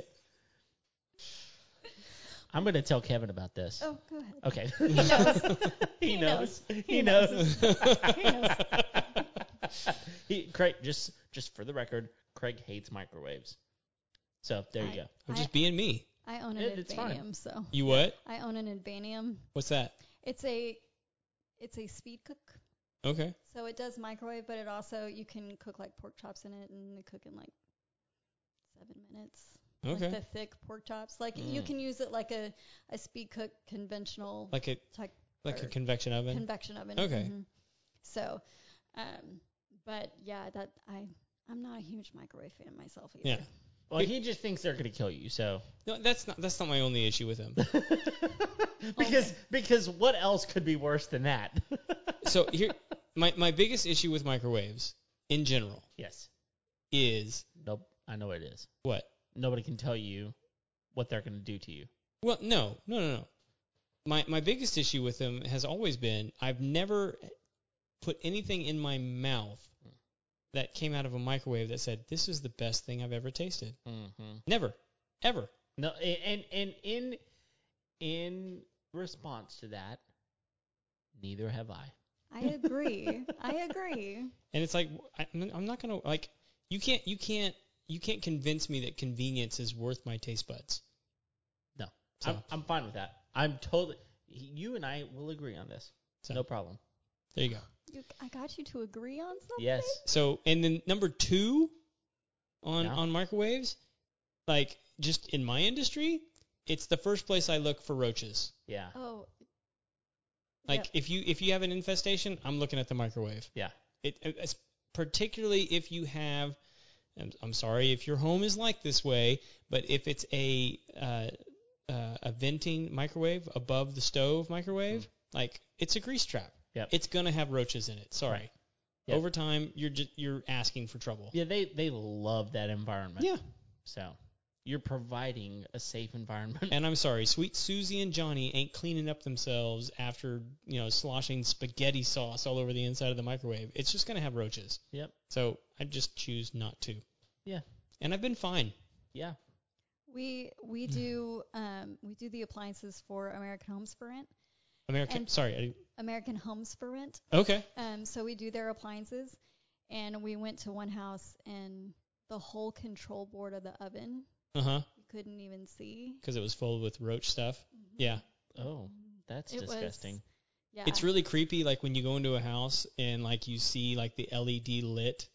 I'm gonna tell Kevin about this. Oh, go ahead. Okay. He knows. he He knows. knows. He He knows. He knows. He Craig just just for the record, Craig hates microwaves. So there you I- go. I'm just being me. I own an It- it's fine. Advanium, so You what? I own an Advanium. What's that? It's a it's a speed cook. Okay. So it does microwave, but it also you can cook like pork chops in it, and they cook in like seven minutes. Okay. Like the thick pork chops. Like you Mm. can use it like a, a speed cook conventional Like a type like a or convection oven. convection oven. Okay. Mhm. So, um, but yeah, that I I'm not a huge microwave fan myself either. Yeah. Well, he just thinks they're gonna kill you. So no, that's not that's not my only issue with them. because because what else could be worse than that? so here, my my biggest issue with microwaves in general yes. is Nope. I know what it is. what? Nobody can tell you what they're gonna do to you. Well, no, no, no, no. My my biggest issue with them has always been I've never put anything in my mouth that came out of a microwave that said this is the best thing I've ever tasted. Mm-hmm. Never, ever. No, a- and and in in response to that, neither have I. I agree. I agree. And it's like wh- I, I'm- I'm not gonna like you can't you can't you can't convince me that convenience is worth my taste buds. No. So- I'm I'm fine with that. I'm totally. You and I will agree on this. So- No problem. There you go. You, I got you to agree on something. Yes. So and then number two on Yeah. on microwaves, like just in my industry, it's the first place I look for roaches. Yeah. Oh. Like yep. if you if you have an infestation, I'm looking at the microwave. Yeah. It it's particularly if you have, I'm, I'm sorry if your home is like this way, but if it's a uh, uh, a venting microwave above the stove microwave, like it's a grease trap. Mm. Yep. It's gonna have roaches in it. Sorry. Right. Yep. Over time, you're just you're asking for trouble. Yeah. They they love that environment. Yeah. So you're providing a safe environment. And I'm sorry, sweet Susie and Johnny ain't cleaning up themselves after, you know, sloshing spaghetti sauce all over the inside of the microwave. It's just going to have roaches. Yep. So I just choose not to. Yeah. And I've been fine. Yeah. We we do um, we do the appliances for American Homes for Rent. American. And- sorry. I didn't- American Homes for Rent. okay. Um, so we do their appliances, and we went to one house, and the whole control board of the oven Uh huh. you couldn't even see. Because it was full with roach stuff. Yeah. Oh, that's It was- disgusting. Yeah, It's really creepy. Like when you go into a house and like you see like the LED lit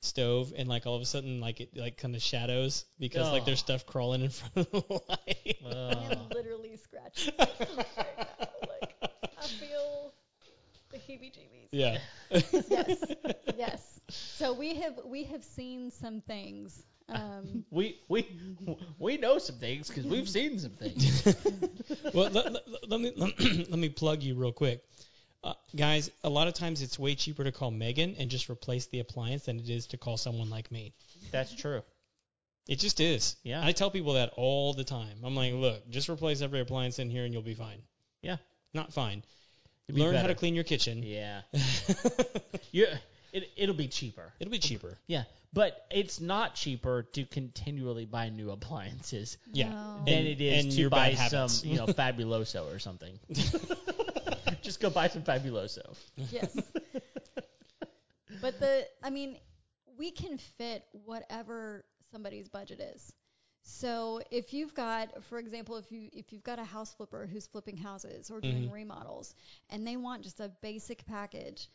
stove and like all of a sudden like it like kind of shadows because like there's Oh. stuff crawling in front of the light. I Ugh. literally scratched. my face right now. Like, I feel the heebie-jeebies. yeah. Yes, yes. So we have we have seen some things Um, We we we know some things because we've seen some things. well, let, let, let me let, me plug you real quick, uh, guys. A lot of times it's way cheaper to call Megan and just replace the appliance than it is to call someone like me. That's true. It just is. Yeah. I tell people that all the time. I'm like, look, just replace every appliance in here and you'll be fine. Yeah. Not fine. It'd be Learn how better. to clean your kitchen. Yeah. you it it'll be cheaper. It'll be cheaper. Yeah, but it's not cheaper to continually buy new appliances Yeah. No. than And- it is and to your buy bad some, habits. you know, Fabuloso or something. Just go buy some Fabuloso. yes. but the, I mean, we can fit whatever somebody's budget is. So if you've got, for example, if you if you've got a house flipper who's flipping houses or doing Mhm. remodels, and they want just a basic package,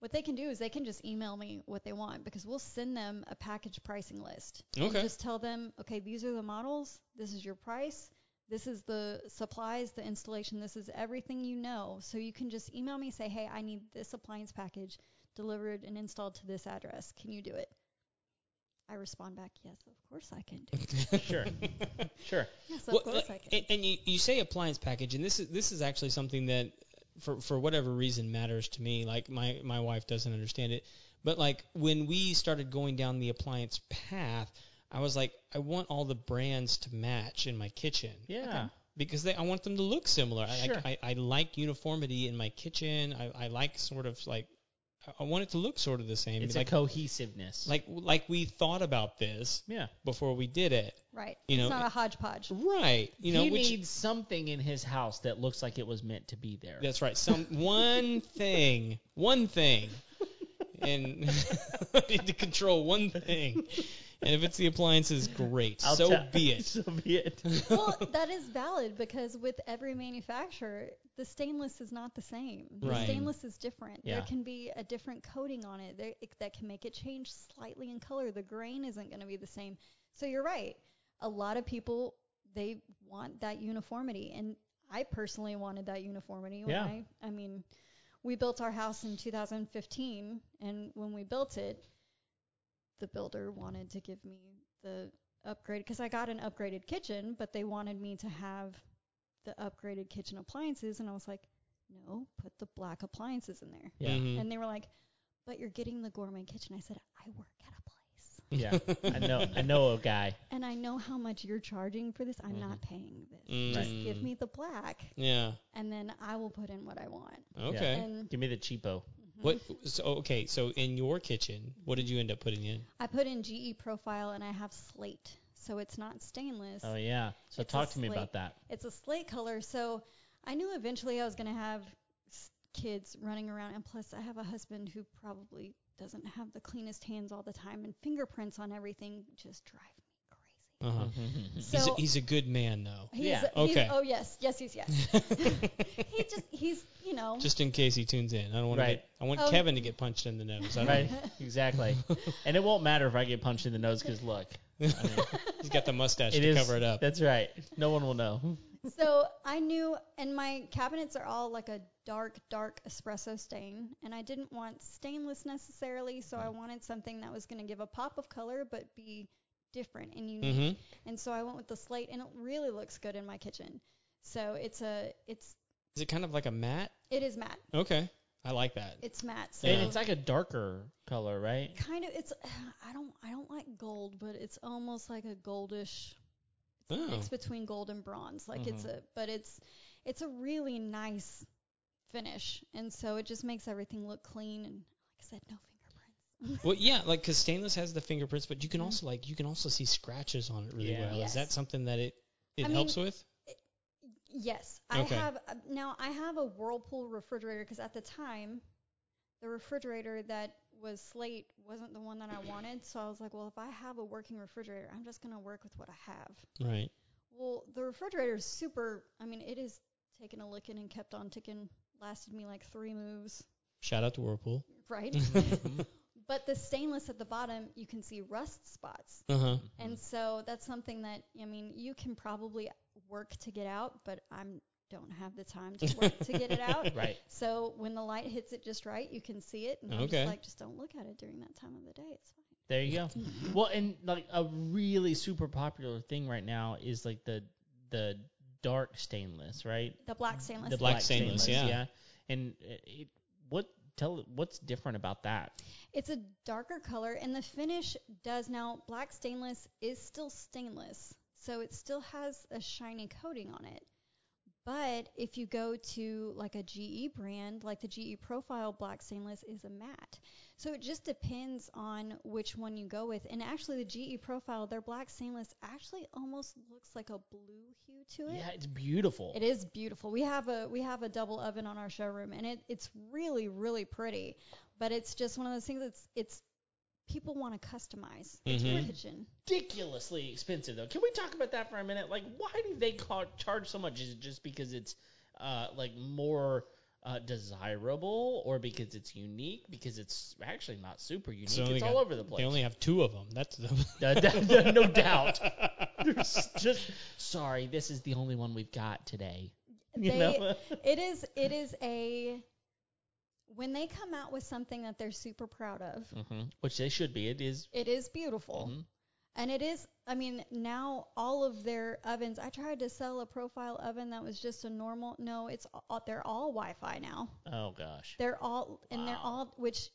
what they can do is they can just email me what they want because we'll send them a package pricing list. and Okay. just tell them, okay, these are the models, this is your price, this is the supplies, the installation, this is everything you know. So you can just email me, say, hey, I need this appliance package delivered and installed to this address. Can you do it? I respond back, yes, of course I can do it. Sure. sure. Yes, of Well, uh, course I like, can. and, and you, you say appliance package, and this is this is actually something that, for for whatever reason, matters to me. Like my my wife doesn't understand it, but like when we started going down the appliance path, I was like, I want all the brands to match in my kitchen Yeah. because they, I want them to look similar. I, Sure. like I, I like uniformity in my kitchen. I, I like sort of like I- I want it to look sort of the same. It's like a cohesiveness. like like we thought about this yeah. before we did it. right. you it's know, not a hodgepodge. Right. You know, he which, needs something in his house that looks like it was meant to be there. That's right. Some one thing, one thing, and I need to control one thing. And if it's the appliances, great. I'll so tell- be it. so be it. well, that is valid because with every manufacturer, the stainless is not the same. The Right. stainless is different. Yeah. There can be a different coating on it, there, it that can make it change slightly in color. The grain isn't going to be the same. So you're right. A lot of people they want that uniformity, and I personally wanted that uniformity. When Yeah. I, I mean, we built our house in 2015, and when we built it, the builder wanted to give me the upgrade because I got an upgraded kitchen, but they wanted me to have the upgraded kitchen appliances, and I was like, no, put the black appliances in there. Yeah. Mhm. And they were like, but you're getting the gourmet kitchen. I said, I work at a place, Yeah. I know I know a guy. and I know how much you're charging for this. I'm not paying this. Just give Mm. me the black, Yeah. and then I will put in what I want. Okay. And uh-huh. Give me the cheapo. What? So okay. So in your kitchen, what did you end up putting in? I put in GE profile, and I have slate, so it's not stainless. Oh yeah. So It's a talk to me slate. about that. it's a slate color, so I knew eventually I was going to have s- kids running around, and plus I have a husband who probably doesn't have the cleanest hands all the time, and fingerprints on everything just drive me crazy. Uh huh. Mm-hmm. So He's, a, he's a good man though. he's, Yeah, he's- okay. oh yes, yes, yes, yes. he just he's you know Just in case he tunes in, I don't want Right. to. I want Oh. Kevin to get punched in the nose. I don't, Right, exactly. and it won't matter if I get punched in the nose because look, I mean, He's got the mustache it to is. cover it up. That's right. No one will know. so I knew, and my cabinets are all like a dark, dark espresso stain, and I didn't want stainless necessarily, so Mm-hmm. I wanted something that was going to give a pop of color but be different and unique. hmm Mm-hmm. And so I went with the slate, and it really looks good in my kitchen. So it's a, it's, Is it kind of like a matte? it is matte. Okay. I like that. It's matte. So And it's like a darker color, right? kind of, it's, I don't, I don't like gold, but it's almost like a goldish oh. Mm-hmm. mix between gold and bronze. Like it's a, but it's it's a really nice finish, and so it just makes everything look clean and, like I said, no fingerprints. Well, yeah, like because stainless has the fingerprints, but you can also like you can also see scratches on it really Yeah. well. Is Yes. that something that it it I helps with? Yes, I Okay. have uh, now. I have a Whirlpool refrigerator because at the time, the refrigerator that was slate wasn't the one that I wanted. So I was like, well, if I have a working refrigerator, I'm just gonna work with what I have. Right. Well, the refrigerator is super. I mean, it is taken a licking and kept on ticking. Lasted me like three moves, Shout out to Whirlpool. right? Mm-hmm. But the stainless at the bottom, you can see rust spots. Uh huh. And so that's something that I mean, you can probably work to get out, but I'm don't have the time to work to get it out. Right. So when the light hits it just right, you can see it and I'm Okay. just like just don't look at it during that time of the day. It's fine. There you go. Mm-hmm. well, and like a really super popular thing right now is like the the dark stainless, right? The black stainless. The Mm. black stainless, yeah. And it, it, what tell what's different about that? It's a darker color, and the finish does now. Black stainless is still stainless, so it still has a shiny coating on it. But if you go to like a GE brand, like the GE Profile Black Stainless is a matte. So it just depends on which one you go with. And actually, the GE Profile, their black stainless actually almost looks like a blue hue to it. Yeah, it's beautiful. It is beautiful. We have a we have a double oven on our showroom, and it, it's really really pretty. But it's just one of those things. It's it's people want to customize it's Mhm. kitchen. ridiculously expensive though. Can we talk about that for a minute? Like, why do they ca- charge so much? Is it just because it's uh, like more uh, desirable, or because it's unique? Because it's actually not super unique. So they it's got- all over the place. They only have two of them. That's Da- the da- da- no doubt. There's just sorry, this is the only one we've got today. You They- know? it is it is a when they come out with something that they're super proud of. hmm Which they should be. It is- It is beautiful. mhm. And it is, I mean, now all of their ovens. I tried to sell a profile oven that was just a normal. No, it's all, they're all Wi-Fi now. Oh gosh. They're all and they're Wow. all which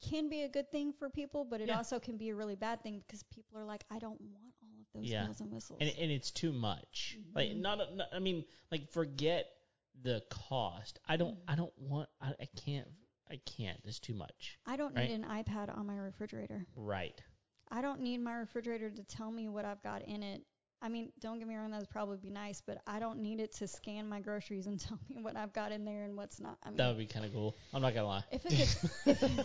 can be a good thing for people, but it Yeah. also can be a really bad thing because people are like, I don't want all of those Yeah. bells and whistles. and and it's too much. Like Mhm. not, not, I mean, like forget the cost. I don't, I don't want, I, I can't, I can't. It's too much. I don't right. need an iPad on my refrigerator. Right. I don't need my refrigerator to tell me what I've got in it. I mean, don't get me wrong, that would probably be nice, but I don't need it to scan my groceries and tell me what I've got in there and what's not. I mean, That would be kind of cool. I'm not gonna lie. if it could,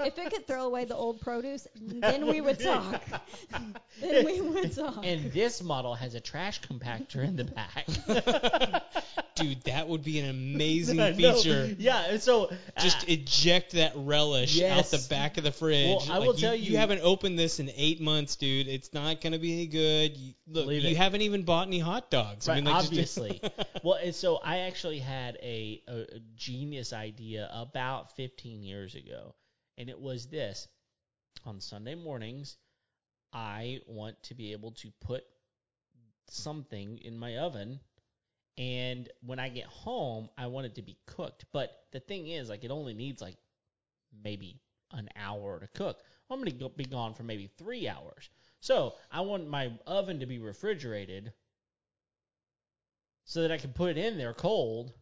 if it could throw away the old produce, then we would talk. then we would talk. And this model has a trash compactor in the back. dude. That would be an amazing I know. feature. Yeah. and So Just uh, eject that relish Yes. out the back of the fridge. Well, I will tell you- you haven't opened this in eight months, dude. It's not gonna be any good. You, look, Leave you it. haven't even bought any hot dogs. I Right, mean, like, just- obviously. well, and so I actually had a, a, a genius idea about 15 years ago, and it was this: on Sunday mornings, I want to be able to put something in my oven, and when I get home, I want it to be cooked. But the thing is, like, it only needs like maybe an hour to cook. I'm gonna go, be gone for maybe three hours. So I want my oven to be refrigerated so that I can put it in there cold,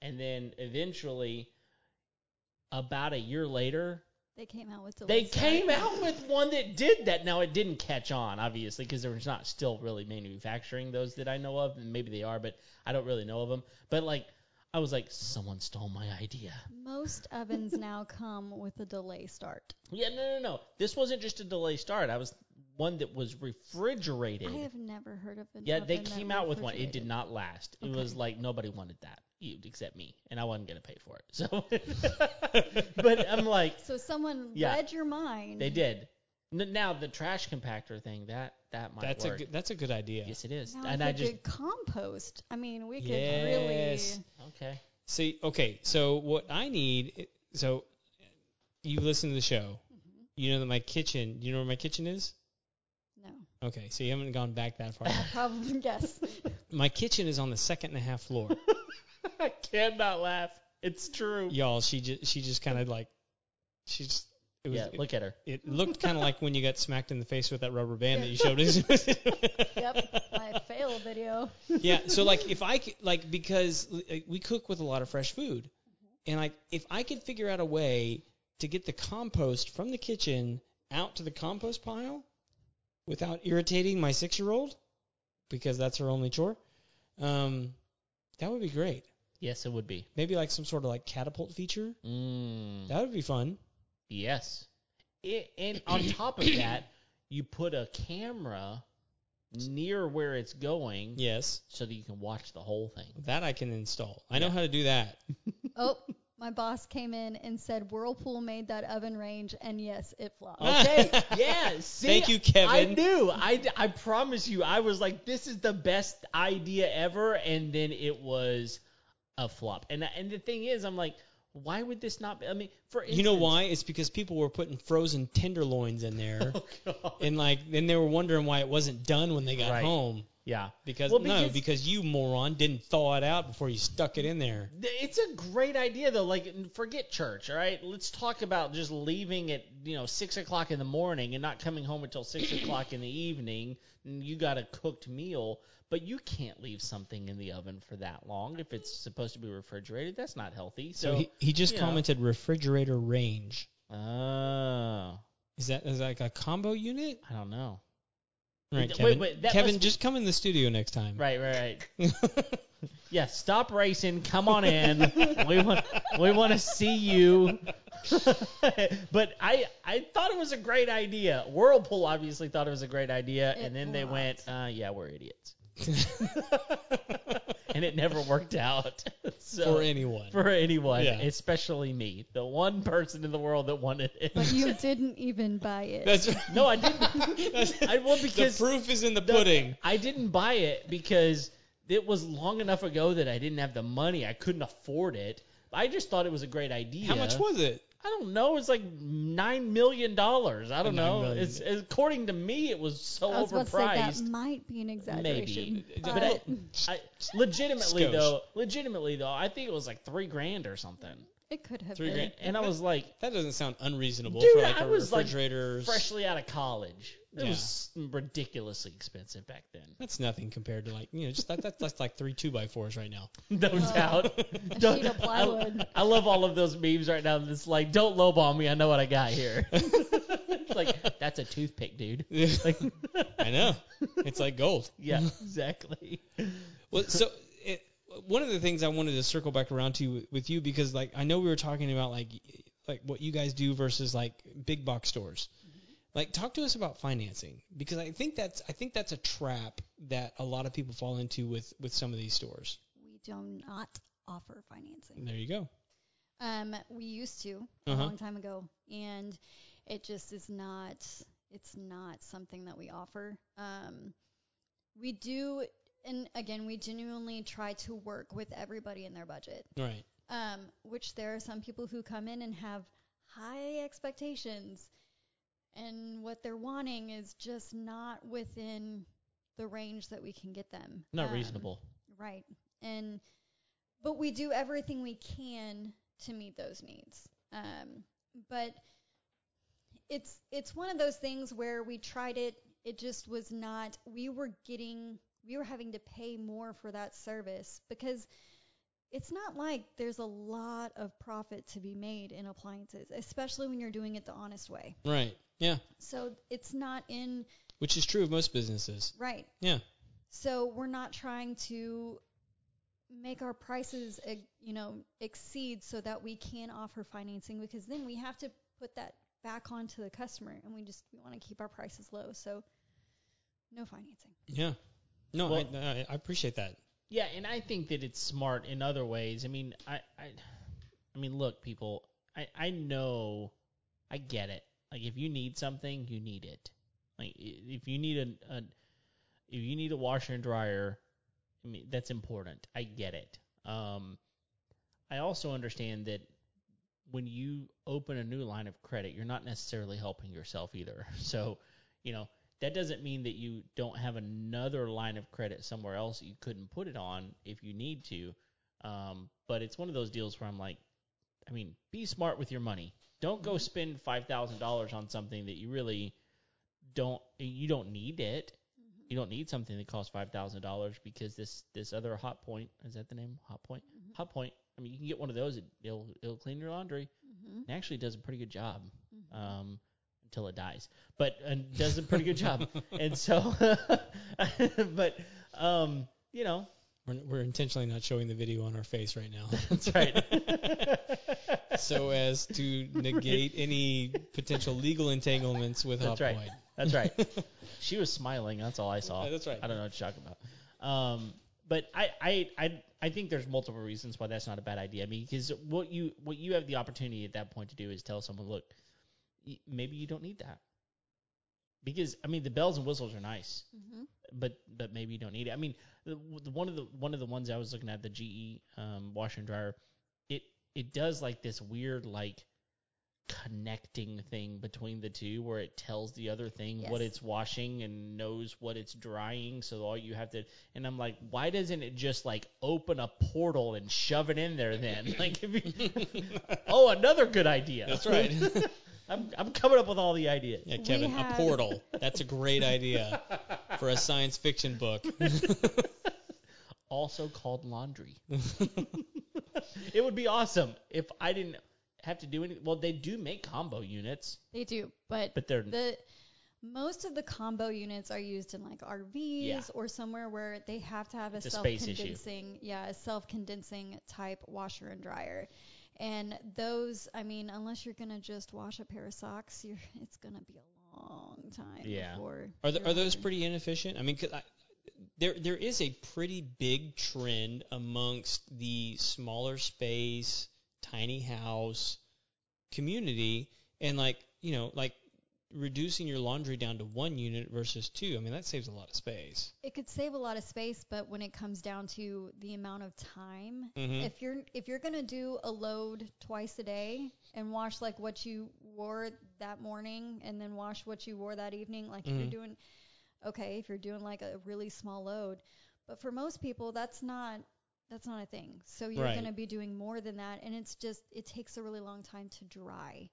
and then eventually, about a year later, they came out with they Delisa. came out with one that did that. Now it didn't catch on, obviously, because there's not still really manufacturing those that I know of, and maybe they are, but I don't really know of them. But like, I was like, someone stole my idea. Most ovens now come with a delay start. Yeah, no, no, no. This wasn't just a delay start. I was one that was refrigerated. I have never heard of an Yeah, they oven that came out with one. It did refrigerated. not last. It Okay. was like nobody wanted that you- except me, and I wasn't gonna pay for it. So, but I'm like, So someone Yeah. read your mind. they did. N- Now the trash compactor thing that that might that's a work. good, that's a good idea. yes, it is. Now and if I we just could compost. I mean, we could Yes. really. okay. See, okay, so what I need, so you listen to the show, Mm-hmm. you know that my kitchen, you know where my kitchen is? No, Okay, so you haven't gone back that far. I probably guess. my kitchen is on the second and a half floor. I cannot laugh. It's true. Y'all, she just she just kind of like, she just it was yeah, look at her. it, it looked kind of like when you got smacked in the face with that rubber band that you showed us. yep, my fail video. yeah, so like if I could, like because like, we cook with a lot of fresh food, and like if I could figure out a way to get the compost from the kitchen out to the compost pile without irritating my six-year-old, because that's her only chore, um, that would be great. Yes, it would be. Maybe like some sort of like catapult feature. Mm, That would be fun. yes. It, and on top of that, you put a camera near where it's going Yes, so that you can watch the whole thing. that I can install. I know Yeah. how to do that. Oh, my boss came in and said Whirlpool made that oven range, and yes, it flopped. Okay. yeah. See, Thank you, Kevin. I knew. I, I promise you. I was like, this is the best idea ever, and then it was a flop. And and the thing is, I'm like, Why would this not be? I mean, for instance, You know why? It's because people were putting frozen tenderloins in there, Oh, God. and like, then they were wondering why it wasn't done when they got Right. home. yeah. Because, Well, no, because- because you moron didn't thaw it out before you stuck it in there. Th- It's a great idea though. Like, forget church, all right? Let's talk about just leaving at you know six o'clock in the morning and not coming home until six o'clock in the evening. And you got a cooked meal, but you can't leave something in the oven for that long if it's supposed to be refrigerated. That's not healthy. So, So, he, he just yeah. commented refrigerator range. oh, Is that is that like a combo unit? I don't know. All right, Wait, Kevin. wait, that Kevin, must be- just come in the studio next time. Right, right, right. Yeah, stop racing. Come on in. we want we want to see you. but I I thought it was a great idea. Whirlpool obviously thought it was a great idea, It and then they rocked. went, uh, yeah, we're idiots, and it never worked out. so For anyone. for anyone, Yeah. especially me, the one person in the world that wanted But it. you didn't even buy it. That's right. no, I didn't. That's- I well the because proof is in the pudding. I didn't buy it because it was long enough ago that I didn't have the money. I couldn't afford it. I just thought it was a great idea. How much was it? I don't know. It's like nine million dollars. I don't Nine know. million. It's according to me, it was so I was about to say that overpriced. might be an exaggeration. Maybe. but- But I- I, legitimately Skosh. though, legitimately though, I think it was like three grand or something. It could have Three been. grand. And I was like That doesn't sound unreasonable Dude, for like I a was, like, refrigerator's. freshly out of college. It Yeah. was ridiculously expensive back then. That's nothing compared to like you know just that, that's, that's like three two by fours right now. No doubt. Oh. A Don't- sheet of I- plywood. I love all of those memes right now. That's like, don't lowball me. I know what I got here. it's like that's a toothpick, dude. Like, I know it's like gold. yeah, exactly. Well, so it, one of the things I wanted to circle back around to with you because like I know we were talking about like like what you guys do versus like big box stores. Like talk to us about financing because I think that's I think that's a trap that a lot of people fall into with with some of these stores. We do not offer financing. There you go. Mm-hmm. Um, we used to Uh-huh. a long time ago, and it just is not. It's not something that we offer. Um, we do, and again, we genuinely try to work with everybody in their budget. All right. Um, which there are some people who come in and have high expectations, and what they're wanting is just not within the range that we can get them. Not Um, reasonable. Right. And but we do everything we can to meet those needs. Um, but it's it's one of those things where we tried it. It just was not. We were getting we were having to pay more for that service because it's not like there's a lot of profit to be made in appliances, especially when you're doing it the honest way. Right. Yeah. So it's not in Which is true of most businesses. right. Yeah. So we're not trying to make our prices, eh, you know, exceed so that we can offer financing because then we have to put that back onto the customer, and we just we want to keep our prices low. So no financing. Yeah. No, Well- I, I, I appreciate that. Yeah, and I think that it's smart in other ways. I mean, I, I, I mean, look, people. I, I know, I get it. Like, if you need something, you need it. Like, i- if you need a, a if you need a washer and dryer, I mean, that's important. I get it. Um, I also understand that when you open a new line of credit, you're not necessarily helping yourself either. So, you know, that doesn't mean that you don't have another line of credit somewhere else that you couldn't put it on if you need to. Um, but it's one of those deals where I'm like, I mean, be smart with your money. Don't go spend five thousand dollars on something that you really don't you don't need it. You don't need something that costs five thousand dollars because this this other hot point is that the name hot point hot point. I mean, you can get one of those. It, it'll it'll clean your laundry. Mm-hmm. It actually does a pretty good job um, until it dies, but and does a pretty good job. And so, but um, you know, We're, we're intentionally not showing the video on our face right now, that's right. so as to negate any potential legal entanglements with That's Hot right. That's right. she was smiling. That's all I saw. Yeah, that's right. I don't know what to talk about. Um, but I, I, I, I think there's multiple reasons why that's not a bad idea. I mean, because what you what you have the opportunity at that point to do is tell someone, look, y- maybe you don't need that. Because I mean, the bells and whistles are nice. Mm-hmm. but but maybe you don't need it. E, I mean, the, the, one of the one of the ones I was looking at the GE um, washer and dryer, it it does like this weird like connecting thing between the two where it tells the other thing what Yes. it's washing and knows what it's drying so all you have to and I'm like why doesn't it just like open a portal and shove it in there then like if you, oh another good idea That's right. I'm I'm coming up with all the ideas Yeah, Kevin, had- a portal. That's a great idea for a science fiction book. also called laundry it would be awesome if I didn't have to do any well they do make combo units They do, but, but they're the most of the combo units are used in like RVs Yeah. or somewhere where they have to have a It's a space issue. self-condensing, yeah, a self-condensing type washer and dryer. And those, I mean, unless you're gonna just wash a pair of socks, you're it's gonna be a long time Yeah. before. Are, th you're are those laundry. pretty inefficient? I mean, 'cause I, there there is a pretty big trend amongst the smaller space, tiny house community, and like you know, like reducing your laundry down to one unit versus two. I mean, that saves a lot of space. It could save a lot of space, but when it comes down to the amount of time Mm-hmm. if you're if you're gonna do a load twice a day and wash like what you wore that morning and then wash what you wore that evening, like if Mhm. you're doing okay, if you're doing like a really small load, but for most people that's not that's not a thing. So you're Right. gonna be doing more than that, and it's just it takes a really long time to dry.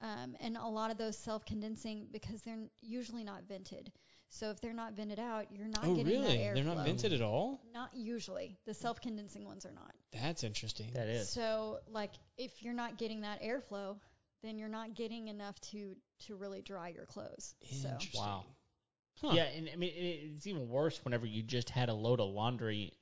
Um, and a lot of those self-condensing because they're n- usually not vented. So if they're not vented out, you're not Oh, getting that really? air. They're not vented at all. Not usually. The self-condensing ones are not. That's interesting. that is So, like, if you're not getting that airflow, then you're not getting enough to to really dry your clothes. So, interesting. Wow. Huh. Yeah, and I mean it- it's even worse whenever you just had a load of laundry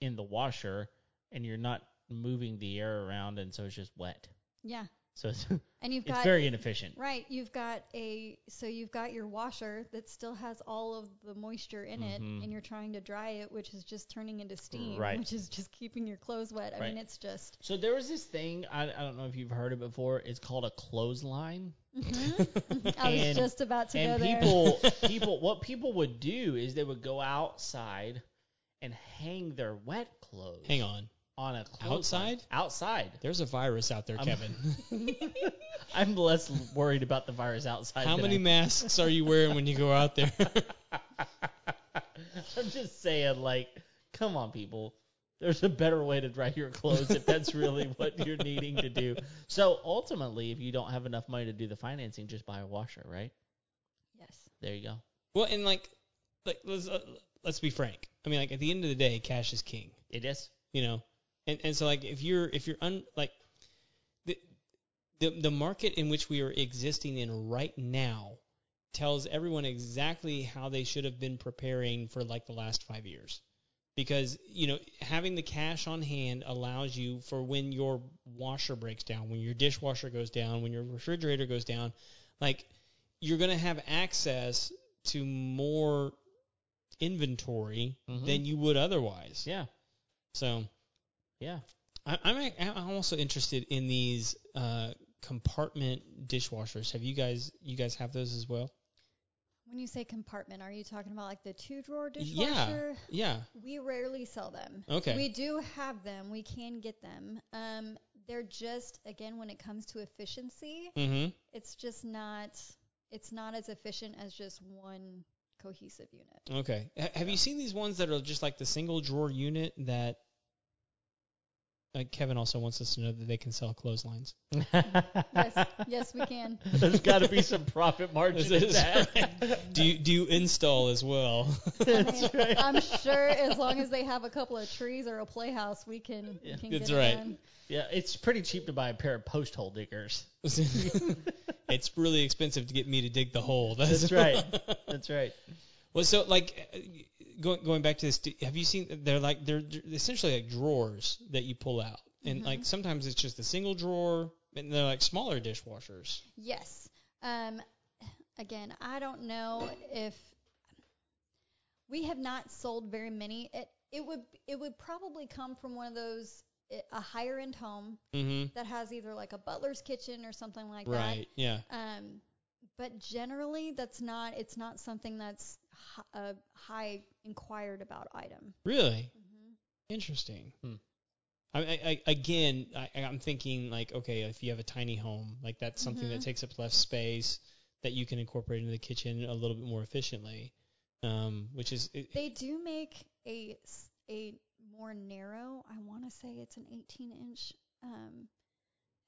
in the washer and you're not moving the air around, and so it's just wet. yeah, So it's and you've it's got very inefficient. right, you've got a so you've got your washer that still has all of the moisture in it, Mhm. and you're trying to dry it, which is just turning into steam, Right. which is just keeping your clothes wet. I Right. mean, it's just So there was this thing I, I don't know if you've heard it before. It's called a clothesline, I was And- just about to go and there. people people what people would do is they would go outside and hang their wet clothes Hang on. on a clothesline. Outside? Outside. There's a virus out there, I'm- Kevin. I'm less worried about the virus outside. How than many I masks are you wearing when you go out there? I'm just saying, like, come on, people. There's a better way to dry your clothes if that's really what you're needing to do. So ultimately, if you don't have enough money to do the financing, just buy a washer, right? yes, There you go. Well, and like, like let's uh, let's be frank. I mean, like at the end of the day, cash is king. It is. You know, and and so like if you're if you're un like the the the market in which we are existing in right now tells everyone exactly how they should have been preparing for like the last five years. Because you know, having the cash on hand allows you for when your washer breaks down, when your dishwasher goes down, when your refrigerator goes down, like you're going to have access to more inventory Mhm. than you would otherwise. Yeah. So Yeah. I, I'm ac- I'm also interested in these uh, compartment dishwashers. Have you guys you guys have those as well? when you say compartment, are you talking about like the two drawer Yeah. dishwasher? Yeah. We rarely sell them. Okay. We do have them. We can get them. Um, they're just again when it comes to efficiency, Mm-hmm. it's just not it's not as efficient as just one cohesive unit. Okay. H- have you seen these ones that are just like the single drawer unit that? Uh, Kevin also wants us to know that they can sell clotheslines. Yes, yes, we can. There's got to be some profit margin in Is that that. right? do you do you install as well? I That's mean, right. I'm sure as long as they have a couple of trees or a playhouse, we can, Yeah. can That's get it right. done. Yeah, it's pretty cheap to buy a pair of post hole diggers. it's really expensive to get me to dig the hole. That's, That's right. That's right. Well, so like uh, going going back to this, do- have you seen? They're like they're d- essentially like drawers that you pull out, and Mm-hmm. like sometimes it's just a single drawer, and they're like smaller dishwashers. Yes. Um, again, I don't know if we have not sold very many. It it would it would probably come from one of those i- a higher end home Mm-hmm. that has either like a butler's kitchen or something like Right. Yeah. that. Um, but generally, that's not it's not something that's hi- a high inquired about item. Really interesting. Hmm. I, I, I again, I, I'm thinking like, okay, if you have a tiny home, like that's something that Mhm. takes up less space that you can incorporate into the kitchen a little bit more efficiently, um, which is it, They do make a s- a more narrow. I want to say it's an 18 inch. Um,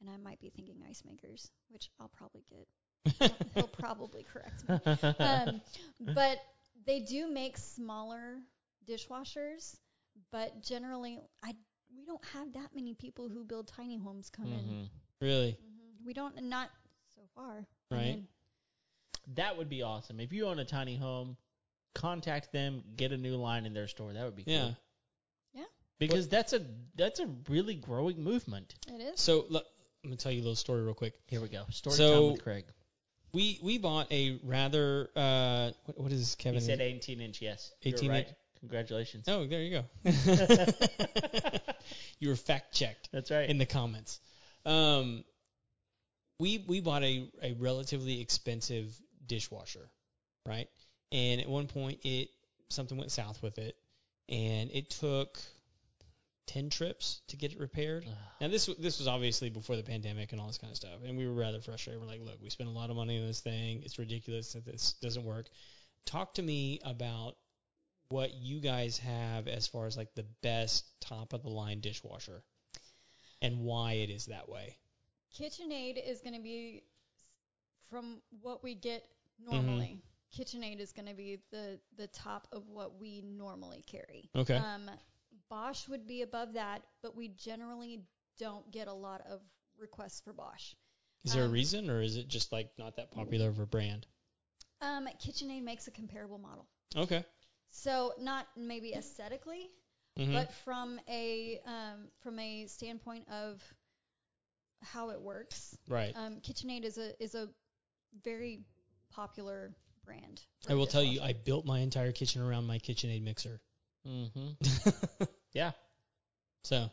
and I might be thinking ice makers, which I'll probably get. He'll probably correct me. Um, but they do make smaller dishwashers. But generally, I we don't have that many people who build tiny homes come in. Mhm. really Mhm. We don't, not so far. I Right. mean, That would be awesome. If you own a tiny home, contact them, get a new line in their store. That would be cool. yeah. Because that's a that's a really growing movement. it is. So l- I'm gonna tell you a little story real quick. Here we go. Story time So- with Craig. We we bought a rather uh, what, what is He Kevin? said 18 inch. Yes. You're 18 right. inch. Congratulations. Oh, there you go. you were fact checked That's right. in the comments. Um, we we bought a, a relatively expensive dishwasher, right? And at one point, it something went south with it, and it took ten trips to get it repaired. Now this w- this was obviously before the pandemic and all this kind of stuff, and we were rather frustrated. We're like, look, we spent a lot of money on this thing. It's ridiculous that this doesn't work. Talk to me about what you guys have as far as like the best top of the line dishwasher and why it is that way. KitchenAid is going to be from what we get normally. KitchenAid is going to be the the top of what we normally carry. Okay. Um, Bosch would be above that, but we generally don't get a lot of requests for Bosch. is there a um, reason or is it just like not that popular of a brand? Um, KitchenAid makes a comparable model, Okay. so not maybe esthetically hmm but from a um, from a standpoint of how it works. right. Um, KitchenAid is a is a very popular brand. for I will tell you, dishwasher. I built my entire kitchen around my KitchenAid mixer. mm-hmm. Yeah. so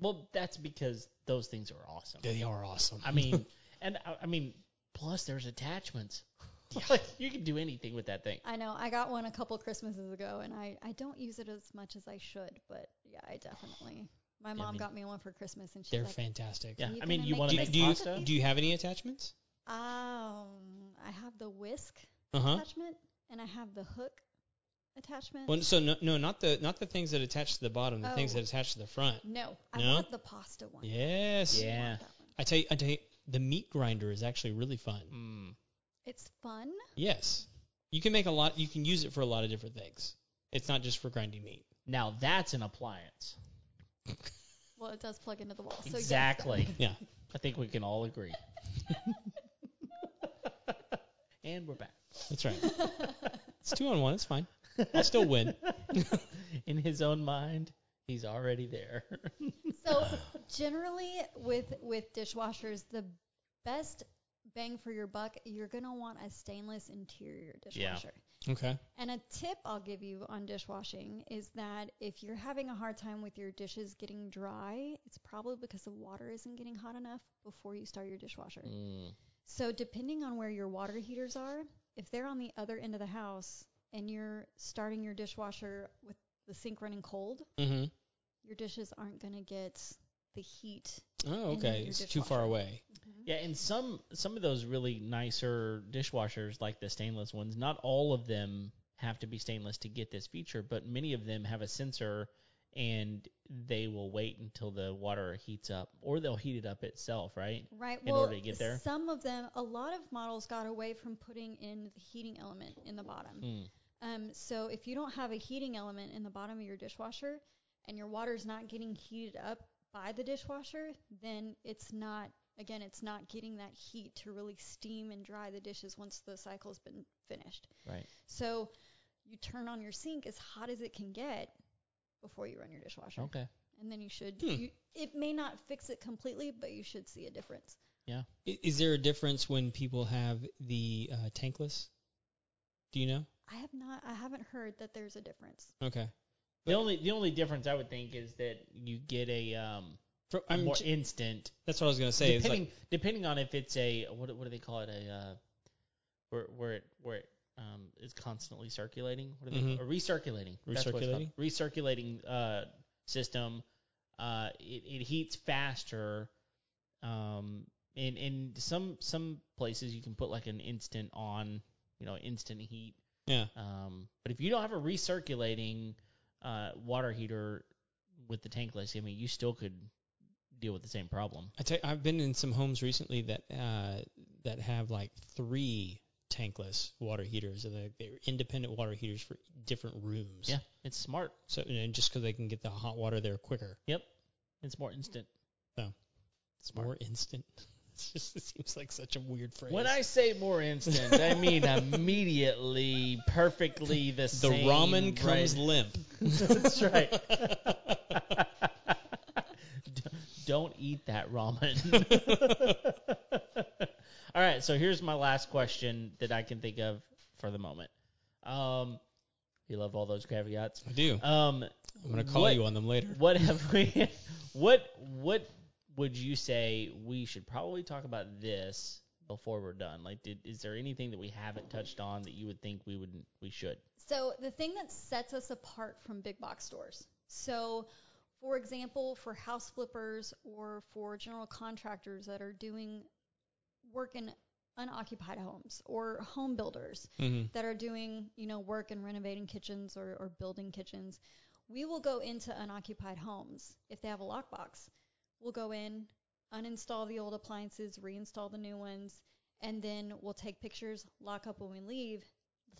Well, that's because those things are awesome. they are awesome. I mean, and I, I mean, plus there's attachments. like you can do anything with that thing. I know I got one a couple Christmases ago, and I I don't use it as much as I should, but yeah, I definitely. My mom mean, got me one for Christmas, and she's they're like, fantastic. Yeah. you I mean, gonna you make want Do, to you- make do you pasta? do you have any attachments? "Um, I have the whisk Uh huh. attachment, and I have the hook attachment." Well, so no, no, not the not the things that attach to the bottom, the things Oh. that attach to the front. no, I No? want the pasta one. Yes. I want Yeah. that one. I tell you, I tell you, the meat grinder is actually really fun. Mm. It's fun. Yes. You can make a lot. You can use it for a lot of different things. It's not just for grinding meat. Now that's an appliance. Well, it does plug into the wall. So yes, exactly. Yeah. I think we can all agree. and we're back. That's right. it's two on one. It's fine. I'll still win. In his own mind, he's already there. So generally with with dishwashers, the best bang for your buck, you're gonna want a stainless interior Yeah. dishwasher. Okay. And a tip I'll give you on dishwashing is that if you're having a hard time with your dishes getting dry, it's probably because the water isn't getting hot enough before you start your dishwasher. Mm. So depending on where your water heaters are, if they're on the other end of the house and you're starting your dishwasher with the sink running cold, Mm-hmm. your dishes aren't gonna get the heat Oh, And okay. your It's too far dishwasher. away. Yeah, and some some of those really nicer dishwashers, like the stainless ones, not all of them have to be stainless to get this feature, but many of them have a sensor, and they will wait until the water heats up, or they'll heat it up itself, right? Right. in well, order to get there? some of them, a lot of models got away from putting in the heating element in the bottom. Hmm. Mm. Um, so if you don't have a heating element in the bottom of your dishwasher, and your water's not getting heated up by the dishwasher, then it's not. Again, it's not getting that heat to really steam and dry the dishes once the cycle's been finished. Right. So you turn on your sink as hot as it can get before you run your dishwasher. Okay. And then you should, Hmm. you, it may not fix it completely, but you should see a difference. I- Is there a difference when people have the uh, tankless? Do you know? I have not. I haven't heard that there's a difference. Okay. The only the only difference I would think is that you get a um Fro- I'm more ju- instant that's what I was gonna say. It's depending like depending on if it's a what what do they call it a uh, where where it where it um is constantly circulating what do they Mhm. call- a recirculating That's what it's called. recirculating uh system uh, it, it heats faster. Um, and and some some places you can put like an instant on, you know, instant heat. Yeah. Um, but if you don't have a recirculating uh, water heater with the tankless, I mean, you still could deal with the same problem. I tell you, I've been in some homes recently that uh, that have like three tankless water heaters, and they're, they're independent water heaters for different rooms. Yeah, it's smart. So and just because they can get the hot water there quicker, It's more instant. Oh. it's more instant. It's just, it seems like such a weird phrase. When I say more instant, I mean immediately, perfectly the, the same. ramen comes right? limp. That's right. D- Don't eat that ramen. All right, so here's my last question that I can think of for the moment. Um, you love all those caveats. I do. Um, I'm gonna call what- you on them later. what have we what what would you say we should probably talk about this before we're done like did, is there anything that we haven't touched on that you would think we would we should So the thing that sets us apart from big box stores. So for example, for house flippers or for general contractors that are doing work in unoccupied homes or home builders Mm-hmm. that are doing, you know, work in renovating kitchens or, or building kitchens, we will go into unoccupied homes if they have a lockbox. We'll go in, uninstall the old appliances, reinstall the new ones, and then we'll take pictures, lock up when we leave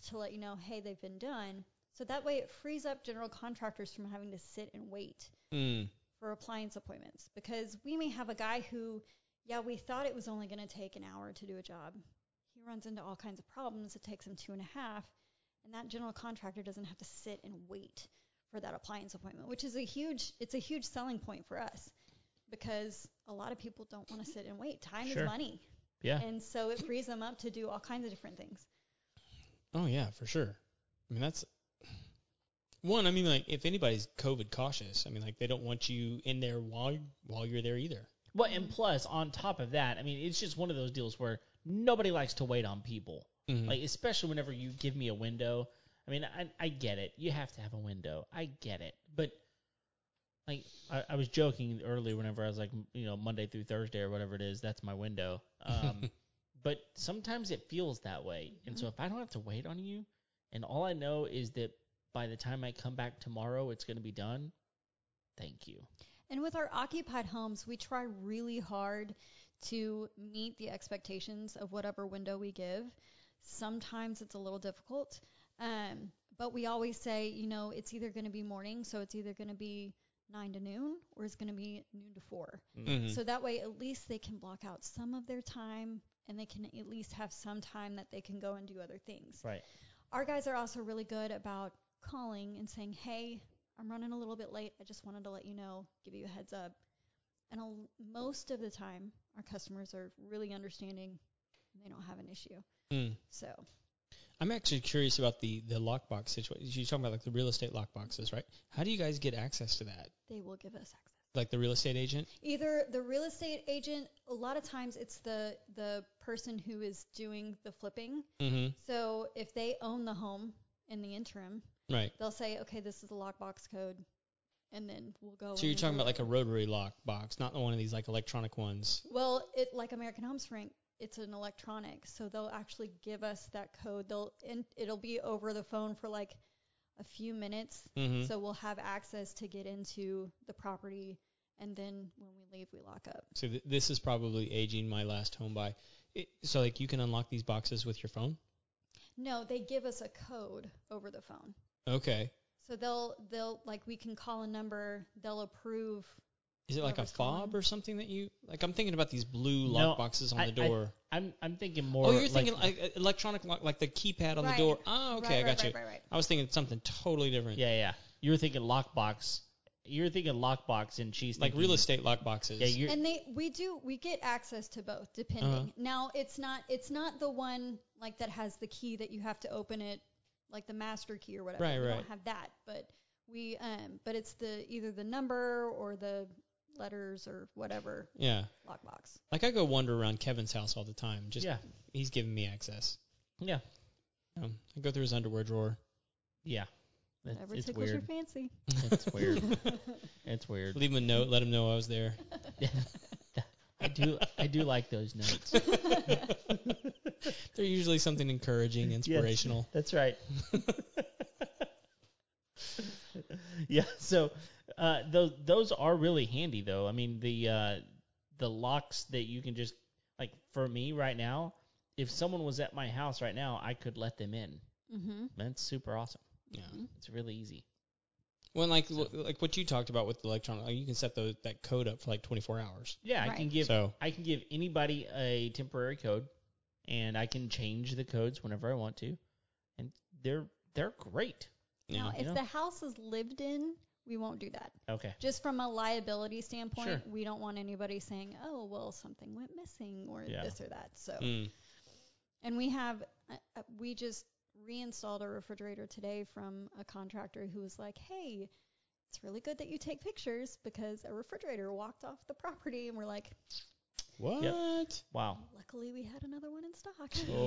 to let you know, hey, they've been done. So that way it frees up general contractors from having to sit and wait Hmm. Mm. for appliance appointments because we may have a guy who, yeah, we thought it was only going to take an hour to do a job. He runs into all kinds of problems. It takes him two and a half. And that general contractor doesn't have to sit and wait for that appliance appointment, which is a huge, it's a huge selling point for us because a lot of people don't want to sit and wait. Time Sure. is money. Yeah. And so it frees them up to do all kinds of different things. Oh yeah, for sure. I mean that's one. I mean like if anybody's COVID cautious, I mean like they don't want you in there while while you're there either. well and plus on top of that i mean it's just one of those deals where nobody likes to wait on people Mm-hmm. like especially whenever you give me a window i mean i, I get it you have to have a window i get it but like I, I was joking earlier whenever i was like m- you know monday through thursday or whatever it is that's my window um, but sometimes it feels that way and so if Mm-hmm. i don't have to wait on you and all i know is that by the time i come back tomorrow it's going to be done thank you And with our occupied homes, we try really hard to meet the expectations of whatever window we give. Sometimes it's a little difficult, um, but we always say, you know, it's either going to be morning, so it's either going to be nine to noon or it's going to be noon to four. Mhm. So that way, at least they can block out some of their time and they can at least have some time that they can go and do other things right our guys are also really good about calling and saying, "Hey, I'm running a little bit late. I just wanted to let you know, give you a heads up." And a l most of the time, our customers are really understanding. and They don't have an issue. Mm. So I'm actually curious about the the lockbox situation. You're talking about like the real estate lockboxes, right? How do you guys get access to that? they will give us access. Like the real estate agent? Either the real estate agent, a lot of times it's the the person who is doing the flipping. Mm-hmm. So if they own the home in the interim, Right. they'll say, "Okay, this is the lockbox code," and then we'll go. So in you're and talking do about it. like a rotary lock box, not one of these like electronic ones. Well, it like American Home Shrink, it's an electronic, so they'll actually give us that code. They'll and it'll be over the phone for like a few minutes, Mm-hmm. So, so we'll have access to get into the property, and then when we leave, we lock up. th- this is probably aging my last home by. It, so like you can unlock these boxes with your phone. No, they give us a code over the phone, Okay. so they'll they'll like we can call a number, they'll approve. Is it like a whatever's going fob on. or something that you like? I'm thinking about these blue No, lock boxes on I- the I- door. i'm i'm thinking more oh, you're like- thinking like, uh, electronic lock, like the keypad on Right. the door. Oh, okay, I right, got right, you. Right, right, right. I was thinking something totally different. yeah yeah you were thinking lockbox you were thinking lockbox and she's like thinking- real estate lock boxes. yeah you're and they we do we get access to both depending Uh-huh. now it's not it's not the one like that has the key that you have to open it like the master key or whatever Right, we right. don't have that but we um but it's the either the number or the letters or whatever yeah. lockbox Like I go wander around Kevin's house all the time. Just yeah he's giving me access. yeah Um, I go through his underwear drawer. yeah It's, Whatever it's tickles weird. your fancy. It's weird. It's weird. Leave him a note. Let him know I was there. I do. I do like those notes. They're usually something encouraging, inspirational. That's right. yeah. So uh, those those are really handy though. I mean the uh, the locks that you can just like for me right now. If someone was at my house right now, I could let them in. Mm-hmm. That's super awesome. Yeah. It's really easy. When like w- like what you talked about with the electronic, like you can set those that code up for like 24 hours. Yeah, I can Right. give So I can give anybody a temporary code, and I can change the codes whenever I want to, and they're they're great. yeah, Now, if Yeah. the house is lived in, we won't do that. Okay. Just from a liability standpoint, Sure. we don't want anybody saying, "Oh, well, something went missing" or Yeah. this or that. So, Mm. and we have, uh, uh, we just reinstalled a refrigerator today from a contractor who was like, "Hey, it's really good that you take pictures because a refrigerator walked off the property," and we're like, what? Wow. "Luckily, we had another one in stock." Oh,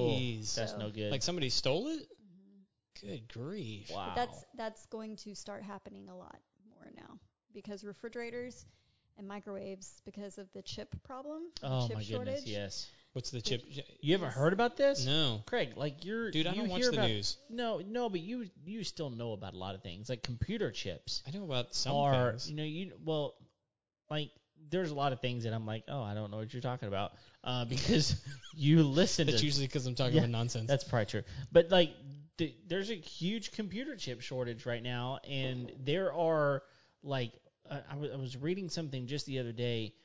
Jeez. that's So- no good. Like somebody stole it. Mhm. Good grief. Mm-hmm. wow. But that's that's going to start happening a lot more now because refrigerators and microwaves because of the chip problem, the oh chip my shortage. goodness. Yes. What's the chip? You haven't heard about this? No, Craig, like you're dude, I you don't watch hear the about- news. No, no, but you you still know about a lot of things. Like computer chips I know about some are things. you know, you well like there's a lot of things that I'm like, oh, I don't know what you're talking about, uh, because you listen That's to usually because I'm talking Yeah, about nonsense. That's probably true. But like, th- there's a huge computer chip shortage right now, and there are like, uh, I wa- I was reading something just the other day.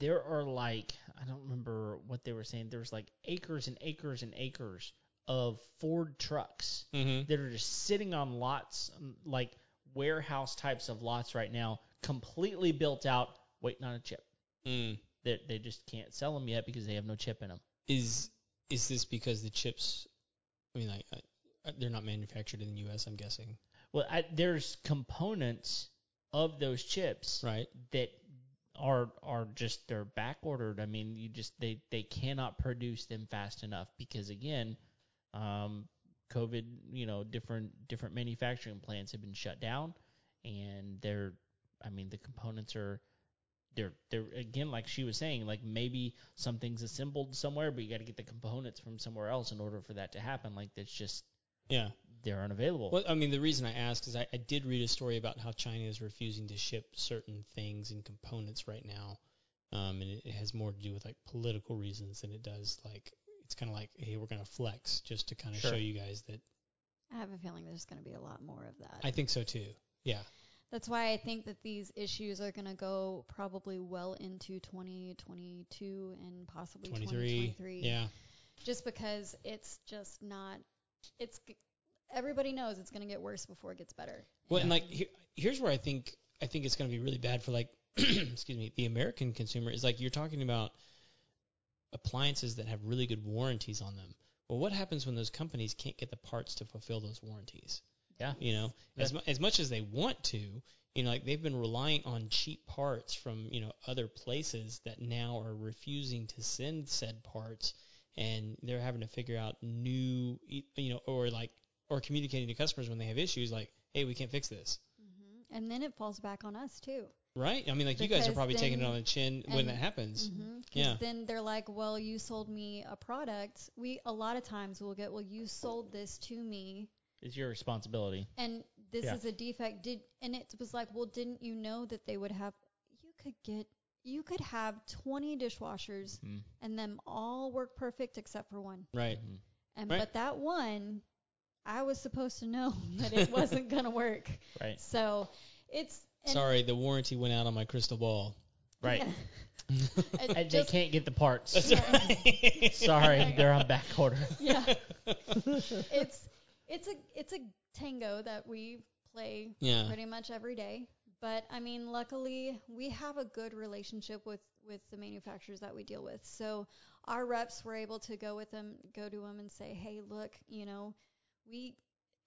There are like, I don't remember what they were saying. There's like acres and acres and acres of Ford trucks mm-hmm. that are just sitting on lots, um, like warehouse types of lots right now, completely built out, waiting on a chip. Hmm. Mm. That they just can't sell them yet because they have no chip in them. Is is this because the chips? I mean, like uh, they're not manufactured in the U.S. I'm guessing, Well, I, there's components of those chips right? that are are just they're back ordered. I mean, you just they they cannot produce them fast enough because again, um, COVID, you know, different different manufacturing plants have been shut down, and they're, I mean, the components are. They're, they're again like she was saying like maybe something's assembled somewhere but you got to get the components from somewhere else in order for that to happen like that's just Yeah. they're unavailable Well, I mean, the reason I ask is I, I did read a story about how China is refusing to ship certain things and components right now, um, and it, it has more to do with like political reasons than it does like it's kind of like hey, we're gonna flex just to kind of Sure. show you guys that I have a feeling there's going to be a lot more of that. I think so too. Yeah. That's why I think that these issues are going to go probably well into 2022 and possibly 23. 2023. Yeah. Just because it's just not, it's, g- everybody knows it's going to get worse before it gets better. Well, and like here, here's where I think I think it's going to be really bad for like excuse me, the American consumer is like you're talking about appliances that have really good warranties on them. Well, what happens when those companies can't get the parts to fulfill those warranties? Yeah. You know, as mu- as much as they want to, you know, like they've been relying on cheap parts from, you know, other places that now are refusing to send said parts and they're having to figure out new, e- you know, or like or communicating to customers when they have issues like, "Hey, we can't fix this." hmm And then it falls back on us too. Right? I mean, like you guys are Because probably taking it then- on the chin when and- that happens. Mm-hmm. Yeah. Then they're like, well, you sold me a product. We, a lot of times we'll get, well, you sold this to me it's your responsibility and this Yeah. is a defect did and it was like well didn't you know that they would have you could get you could have 20 dishwashers Mhm. and them all work perfect except for one Right. Mhm. and Right. but that one i was supposed to know that it wasn't going to work right so it's and- Sorry, the warranty went out on my crystal ball. right yeah. It And just- they can't get the parts. right. Sorry, they're on back order. yeah it's it's a it's a tango that we play yeah. pretty much every day. But I mean, luckily we have a good relationship with with the manufacturers that we deal with. So our reps were able to go with them, go to them, and say, "Hey, look, you know, we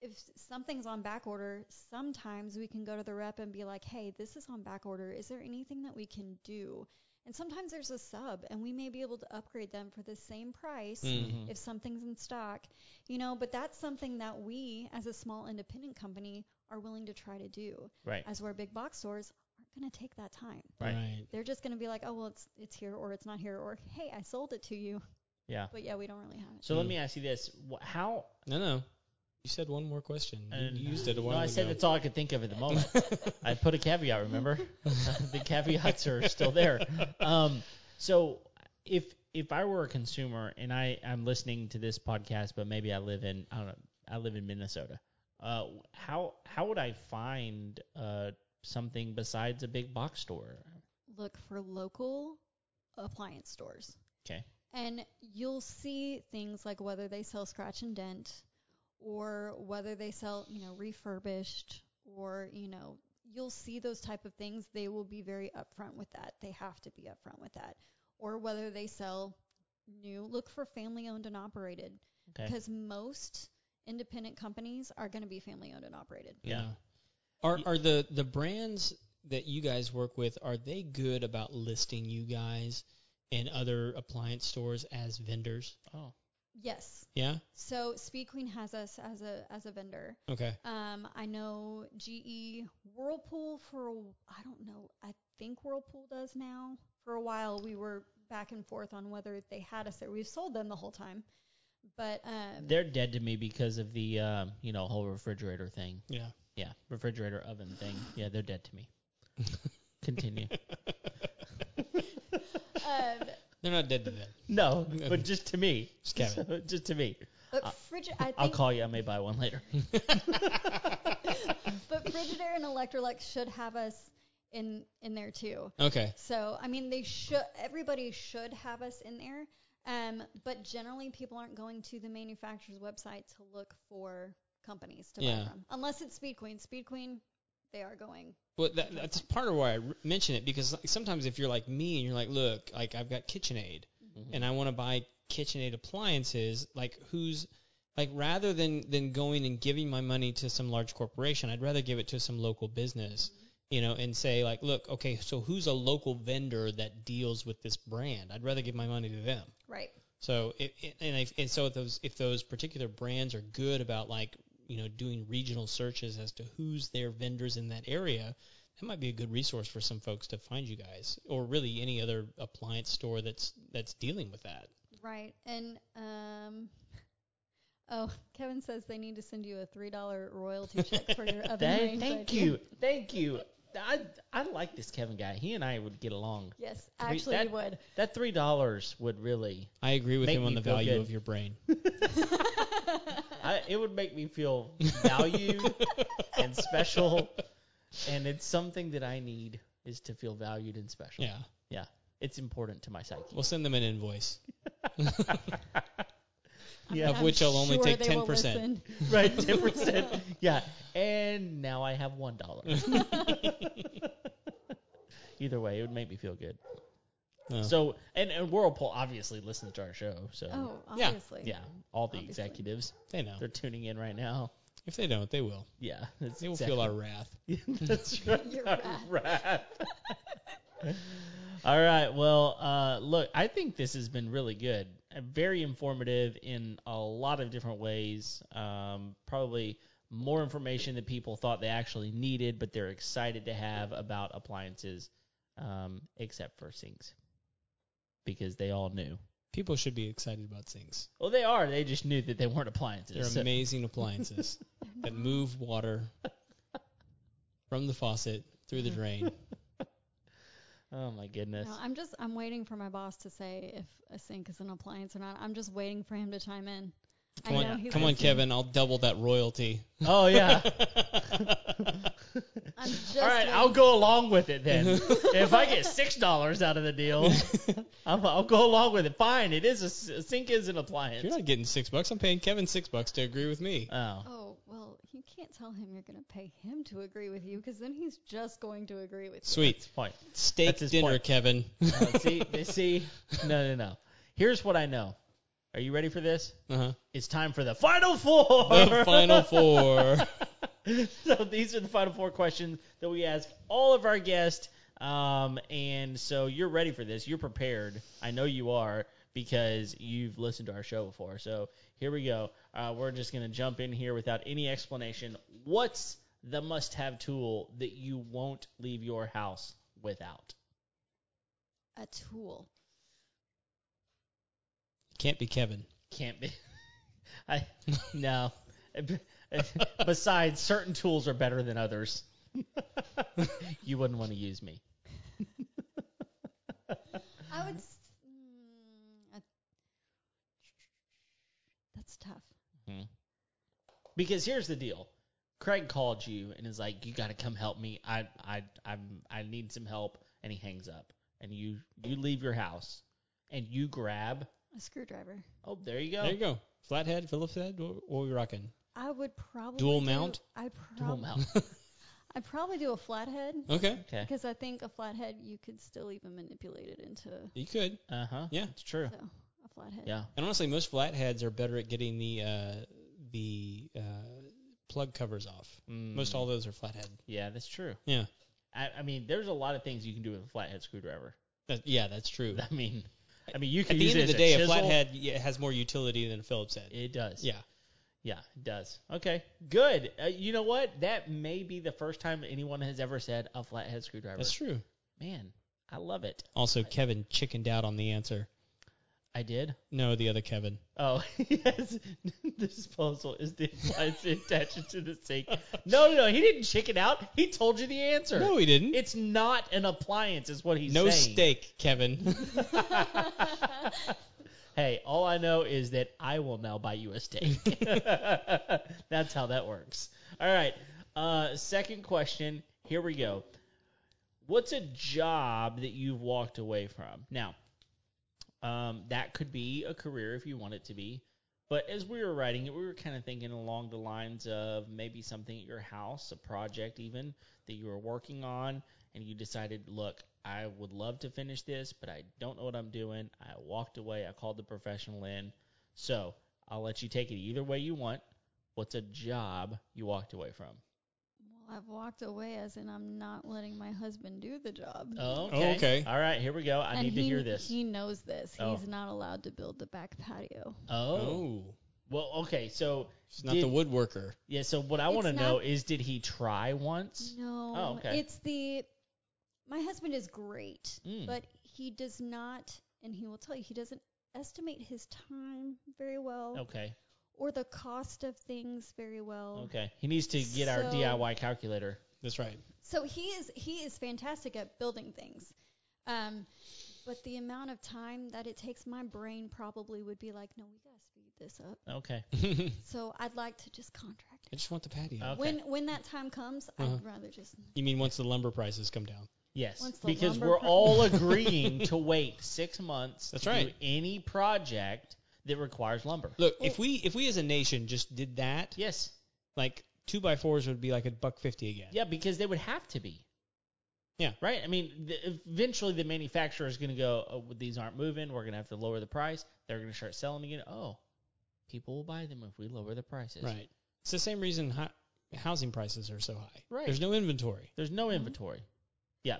if s- something's on back order, sometimes we can go to the rep and be like, "Hey, this is on back order. Is there anything that we can do?" And sometimes there's a sub, and we may be able to upgrade them for the same price Mm-hmm. Mhm. if something's in stock, you know. But that's something that we, as a small independent company, are willing to try to do. Right. As where big box stores aren't going to take that time. Right. Right. They're just going to be like, oh well, it's it's here or it's not here or hey, I sold it to you. Yeah. But yeah, we don't really have it. So let Mm. me ask you this: Wh- How? No, no. You said one more question. You- and- you used it a No, while I ago. said that's all I could think of at the moment. I put a caveat. Remember, the caveats are still there. Um, so if if I were a consumer and I I'm listening to this podcast, but maybe I live in I don't know I live in Minnesota. Uh, how how would I find uh something besides a big box store? Look for local appliance stores. 'Kay. And you'll see things like whether they sell scratch and dent or whether they sell, you know, refurbished or, you know, you'll see those type of things. They will be very upfront with that. They have to be upfront with that. Or whether they sell new, look for family owned and operated Okay. because most independent companies are going to be family owned and operated. Yeah. Are Y- are the the brands that you guys work with are they good about listing you guys and other appliance stores as vendors? Oh, Yes. Yeah. So Speed Queen has us as a as a vendor. Okay. Um, I know GE Whirlpool for a, I don't know. I think Whirlpool does now. For a while, we were back and forth on whether they had us there. We've sold them the whole time, but um, they're dead to me because of the um, you know whole refrigerator thing. Yeah. Yeah, refrigerator oven thing. Yeah, they're dead to me. Continue. um, They're not dead to them. No, but just to me. Just Kevin. So, just to me. but Uh, Frigi- I I'll think, call you. I may buy one later. but Frigidaire and Electrolux should have us in in there too. Okay. So I mean, they should. Everybody should have us in there. Um, but generally, people aren't going to the manufacturer's website to look for companies to Yeah. buy from, unless it's Speed Queen. Speed Queen, they are going. Well, that, that's part of why I r- mention it because like, sometimes if you're like me and you're like, look, like I've got KitchenAid and I want to buy KitchenAid appliances, like who's like rather than than going and giving my money to some large corporation, I'd rather give it to some local business, you know, and say like, look, okay, so who's a local vendor that deals with this brand? I'd rather give my money to them. Right. So it, it, and if, and so if those if those particular brands are good about like you know doing regional searches as to who's their vendors in that area, that might be a good resource for some folks to find you guys, or really any other appliance store that's that's dealing with that. Right. And um, oh, Kevin says they need to send you a three dollar royalty check for your oven Thank, range thank idea. you. Thank you. I, I like this Kevin guy. He and I would get along. Yes, Three- actually, that- you would. That three dollars would really. I agree with Make him on me the feel value good. of your brain. I, it would make me feel valued and special, and it's something that I need is to feel valued and special. yeah, It's important to my psyche. we'll send them an invoice. I Yeah. mean, Of I'm which I'll only sure take they will 10%. listen. Right, ten percent. Yeah, and now I have one dollar. Either way, it would make me feel good. Oh. So, and, and Whirlpool obviously listens to our show. So, Oh, Yeah. obviously. yeah, all the Obviously. executives they know. they're tuning in right now. If they don't, they will. Yeah, that's They will exactly- feel our wrath. that's right. Your our wrath. wrath. all right. Well, uh, look, I think this has been really good. Uh, Very informative in a lot of different ways. Um, probably more information that people thought they actually needed, but they're excited to have about appliances, um, except for sinks, because they all knew. People should be excited about things. Well, they are. They just knew that they weren't appliances. They're so- amazing appliances that move water from the faucet through the drain. Oh my goodness. No, I'm just I'm waiting for my boss to say if a sink is an appliance or not. I'm just waiting for him to chime in. Come I know on, he's come on, listening. Kevin. I'll double that royalty. Oh yeah. I'm just All right, waiting. I'll go along with it then. if I get six dollars out of the deal, I'm, I'll go along with it. Fine, it is a, s- a sink is an appliance. You're not getting six bucks. I'm paying Kevin six bucks to agree with me. oh, Oh well, you can't tell him you're gonna pay him to agree with you because then he's just going to agree with you. Sweet point. steak That's his dinner, point. Kevin. Uh, see, they see. No, no, no. Here's what I know. Are you ready for this? Uh-huh. It's time for the final four. The final four. so these are the final four questions that we ask all of our guests. Um, and so you're ready for this. You're prepared. I know you are because you've listened to our show before. So here we go. Uh, we're just going to jump in here without any explanation. What's the must have tool that you won't leave your house without? A tool. Can't be Kevin. Can't be. I no. Besides, certain tools are better than others. you wouldn't want to use me. I would. s- Mm, I- that's tough. Because here's the deal. Craig called you and is like, "You got to come help me. I I I'm I need some help." And he hangs up. And you you leave your house and you grab. A screwdriver. Oh, there you go. There you go. Flathead, Phillips head. What, what are we rocking? I would probably Dual do- mount? I Dual probably mount. I probably do a flathead Okay. Okay. because I think a flathead you could still even manipulate it into You could. Uh huh. Yeah. it's true. so a flathead. Yeah. And honestly, most flatheads are better at getting the uh, the uh, plug covers off. Most Mm. all those are flathead. Yeah, that's true. Yeah. I, I mean, there's a lot of things you can do with a flathead screwdriver. That, yeah, that's true. I mean, I mean, you can At the use end it of the as day, a, a chisel. flathead yeah, has more utility than a Phillips head. It does. Yeah. Yeah, it does. Okay, good. Uh, you know what? That may be the first time anyone has ever said a flathead screwdriver. That's true. Man, I love it. Also, Kevin chickened out on the answer. I did. No, the other Kevin. Oh, yes. the disposal is the appliance attached to the sink. No, no, no. He didn't chicken out. He told you the answer. No, he didn't. It's not an appliance, is what he's no saying. steak, Kevin. hey, all I know is that I will now buy you a steak. That's how that works. All right. Uh, second question. Here we go. What's a job that you've walked away from? Now, um, that could be a career if you want it to be. But as we were writing it, we were kind of thinking along the lines of maybe something at your house, a project even that you were working on, and you decided, look, I would love to finish this, but I don't know what I'm doing. I walked away. I called the professional in. So I'll let you take it either way you want. What's a job you walked away from? Well, I've walked away as in I'm not letting my husband do the job. Oh, Oh, okay. okay. All right, here we go. I And need to he- hear this. He knows this. Oh. He's not allowed to build the back patio. oh. Well, okay. So, She's not Did- the woodworker. yeah, so what I It's want to not- know is did he try once? No. Oh, okay. It's the my husband is great, Mm. but he does not and he will tell you he doesn't estimate his time very well Hmm, Okay. or the cost of things very well. Okay. He needs to get our So- DIY calculator. That's right. So he is he is fantastic at building things. Um but the amount of time that it takes my brain probably would be like, no, we gotta speed this up. Okay. I So I'd like to just contract it. just want the patio. Okay. When when that time comes, Uh-huh. I'd rather just You mean once the lumber prices come down? Yes, Once the because lumber we're pro- all agreeing to wait six months That's to do right. any project that requires lumber. Look, if we if we as a nation just did that, Yes, like two by fours would be like a buck fifty again. yeah, because they would have to be. Yeah. Right. I mean, the, eventually the manufacturer is going to go, oh, well, these aren't moving. We're going to have to lower the price. They're going to start selling again. Oh, people will buy them if we lower the prices. Right. It's the same reason hi- housing prices are so high. Right. There's no inventory. There's no inventory. Yeah.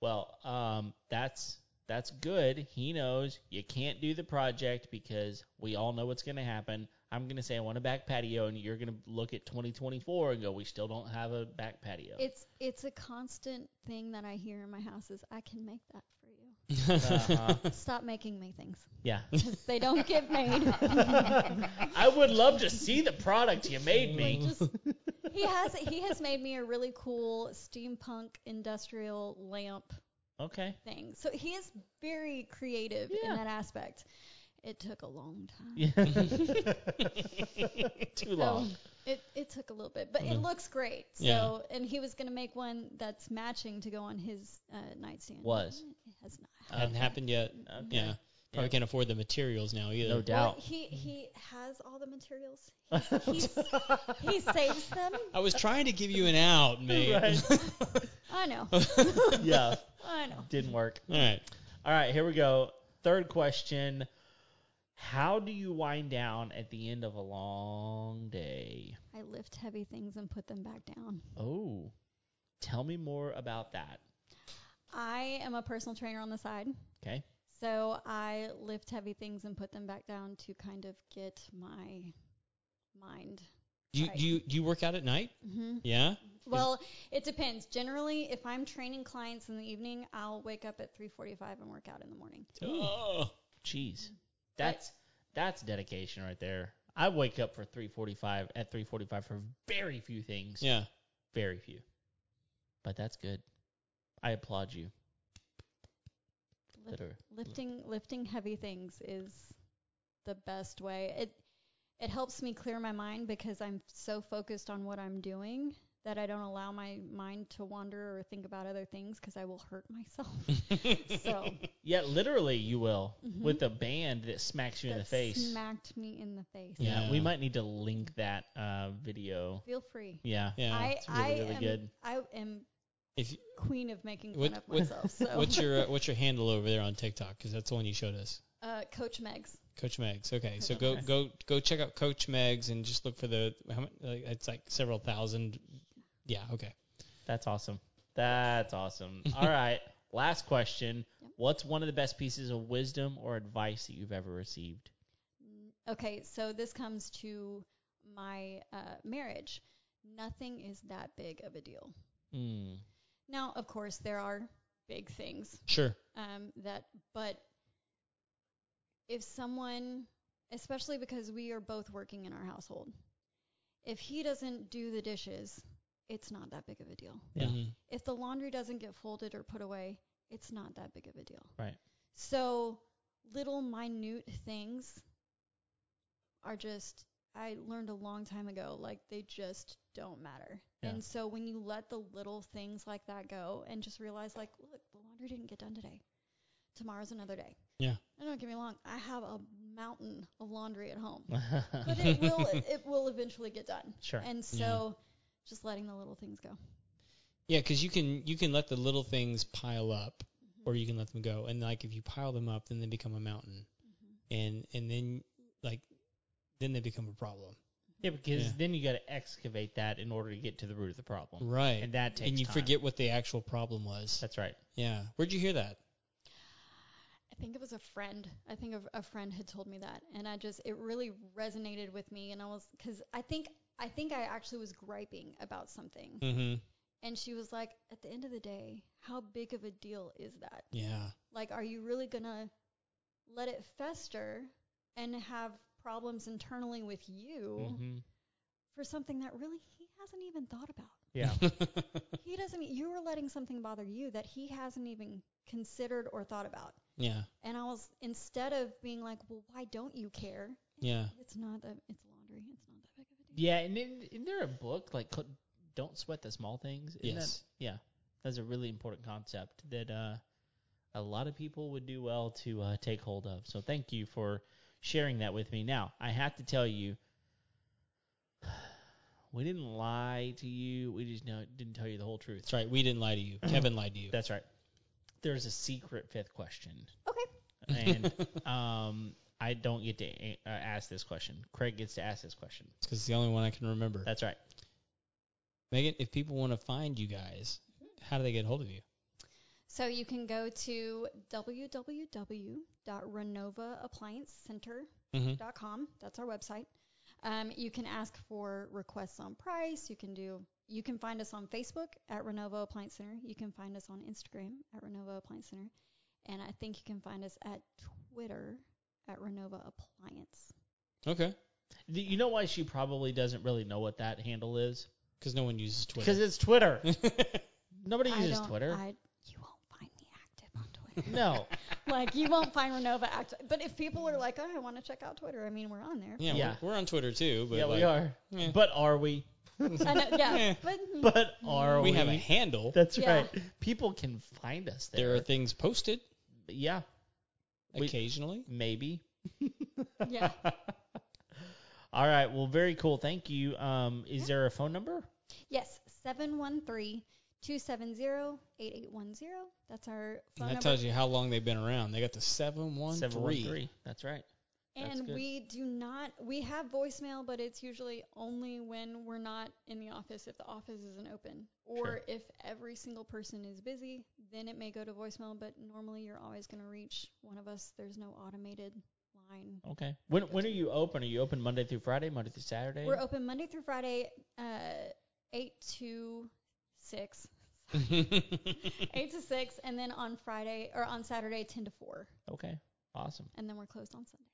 Well, um, that's that's good. He knows you can't do the project because we all know what's going to happen. I'm going to say I want a back patio, and you're going to look at 2024 and go, we still don't have a back patio. It's it's a constant thing that I hear in my house is I can make that for you. Uh-huh. Stop making me things yeah. 'cause they don't get made. I would love to see the product you made Like, me. just- he has he has made me a really cool steampunk industrial lamp Okay. thing. So he is very creative Yeah. in that aspect. It took a long time. Yeah. Too long. So Um, it, it took a little bit, but it Mhm. looks great. So Yeah. and he was gonna make one that's matching to go on his uh, nightstand. Was. it has not. Hadn't happened yet. Okay. Yeah. Probably Yeah. can't afford the materials now either. No doubt. Well, he he has all the materials. He's, he's, he saves them. I was trying to give you an out, mate. Right. I know. Yeah. I know. Didn't work. All right. All right, here we go. Third question. How do you wind down at the end of a long day? I lift heavy things and put them back down. Oh, tell me more about that. I am a personal trainer on the side. Okay. So I lift heavy things and put them back down to kind of get my mind. Do you, Right. do you do you work out at night? hmm Yeah. Well, it depends. Generally, if I'm training clients in the evening, I'll wake up at 3:45 and work out in the morning. Oh. Jeez, that's that's dedication right there. I wake up for 3:45 at 3:45 for very few things. Yeah. very few, but that's good. I applaud you. Lift- Liter- lifting lifting heavy things is the best way. It it helps me clear my mind because I'm so focused on what I'm doing that I don't allow my mind to wander or think about other things because I will hurt myself. so Yeah, literally, you will Mhm. with a band that smacks you in that the face. smacked me in the face. yeah. Yeah. we might need to link that uh, video. Feel free. Yeah, Yeah. I it's really, I really am good. I am if queen of making What- fun of what- myself. So what's your uh, what's your handle over there on TikTok? Because that's the one you showed us. uh, Coach Megs. Coach Megs. Okay, so Coach go Megs. go go check out Coach Megs and just look for the how many, like, it's like several thousand. Yeah. Okay. That's awesome. That's awesome. All right, last question. Yep. What's one of the best pieces of wisdom or advice that you've ever received? Okay, so this comes to my uh, marriage. Nothing is that big of a deal. Hmm. Mm. Now, of course, there are big things Sure. um, that, but if someone, especially because we are both working in our household, if he doesn't do the dishes, it's not that big of a deal. Yeah. Mhm. If the laundry doesn't get folded or put away, it's not that big of a deal. Right. So little minute things are just I learned a long time ago like they just don't matter. Yeah. And so when you let the little things like that go and just realize like look the laundry didn't get done today. Tomorrow's another day. Yeah. And don't get me wrong, I have a mountain of laundry at home. But it will it will eventually get done. sure. And so just letting the little things go. Yeah, because you can you can let the little things pile up, Mm-hmm. or you can let them go. And like if you pile them up, then they become a mountain, Mm-hmm. and and then like then they become a problem. Yeah, because Yeah. then you got to excavate that in order to get to the root of the problem, Right. and that takes and you time. forget what the actual problem was. That's right. yeah. Where'd you hear that? I think it was a friend. I think a, a friend had told me that, and I just it really resonated with me. And I was because I think I think I actually was griping about something, Mm-hmm. and she was like, "At the end of the day, how big of a deal is that? Yeah. Like, are you really gonna let it fester and have problems internally with you hmm for something that really he hasn't even thought about? Yeah. he doesn't. e, You were letting something bother you that he hasn't even considered or thought about." yeah. And I was instead of being like, well, why don't you care? Yeah. It's not that it's laundry. It's not that big of a deal. Yeah, and in, isn't there a book like co- "Don't Sweat the Small Things"? Isn't that- Yes. yeah, that's a really important concept that uh, a lot of people would do well to uh, take hold of. So thank you for sharing that with me. Now I have to tell you, we didn't lie to you. We just know, didn't tell you the whole truth. That's right. We didn't lie to you. Kevin lied to you. That's right. There's a secret fifth question. That's and um, I don't get to a- uh, ask this question. Craig gets to ask this question. because it's the only one I can remember. That's right. Megan, if people want to find you guys, how do they get hold of you? So you can go to www.renovaappliancecenter.com. Mm-hmm. That's our website. Um, you can ask for requests on price. You can do. You can find us on Facebook at Renova Appliance Center. You can find us on Instagram at Renova Appliance Center, and I think you can find us at Twitter at Renova Appliance. Okay. Do You know why she probably doesn't really know what that handle is? Because no one uses Because Twitter. it's Twitter. Nobody I uses don't- Twitter. I, you won't find me active on Twitter. No. like you won't find Renova active. But if people are like, oh, I want to check out Twitter, I mean, we're on there. yeah, Yeah. We're, we're on Twitter too, but yeah, like, we are. eh. But are we? I know, yeah, Eh. but, mm-hmm, But are we? we have a handle. That's Yeah. right. People can find us there. There are things posted yeah, We- occasionally. maybe. yeah. All right. Well, very cool. Thank you. Um, is Yeah. there a phone number? Yes, 713-270-8810. That's And our phone that number. tells you how long they've been around. They got the seven one three. 713. That's right. That's And good. we do not, we have voicemail, but it's usually only when we're not in the office, if the office isn't open. Or Sure. if every single person is busy, then it may go to voicemail, but normally you're always going to reach one of us. There's no automated line. Okay. When when are you open? Are you open Monday through Friday, Monday through Saturday? We're open Monday through Friday, uh, 8 to 6. 8 to 6, and then on Friday, or on Saturday, 10 to 4. okay. Awesome. And then we're closed on Sunday.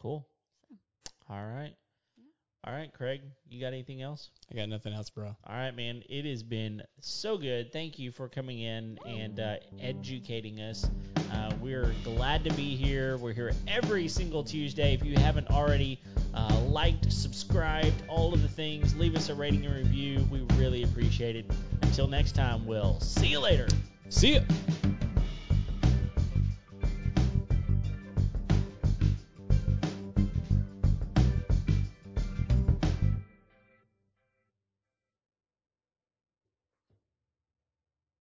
Cool. So. All right. All right, Craig. You got anything else? I got nothing else, bro. All right, man. It has been so good. Thank you for coming in and uh, educating us. Uh, we're glad to be here. We're here every single Tuesday. If you haven't already uh, liked, subscribed, all of the things, leave us a rating and review. We really appreciate it. Until next time, we'll see you later. See ya.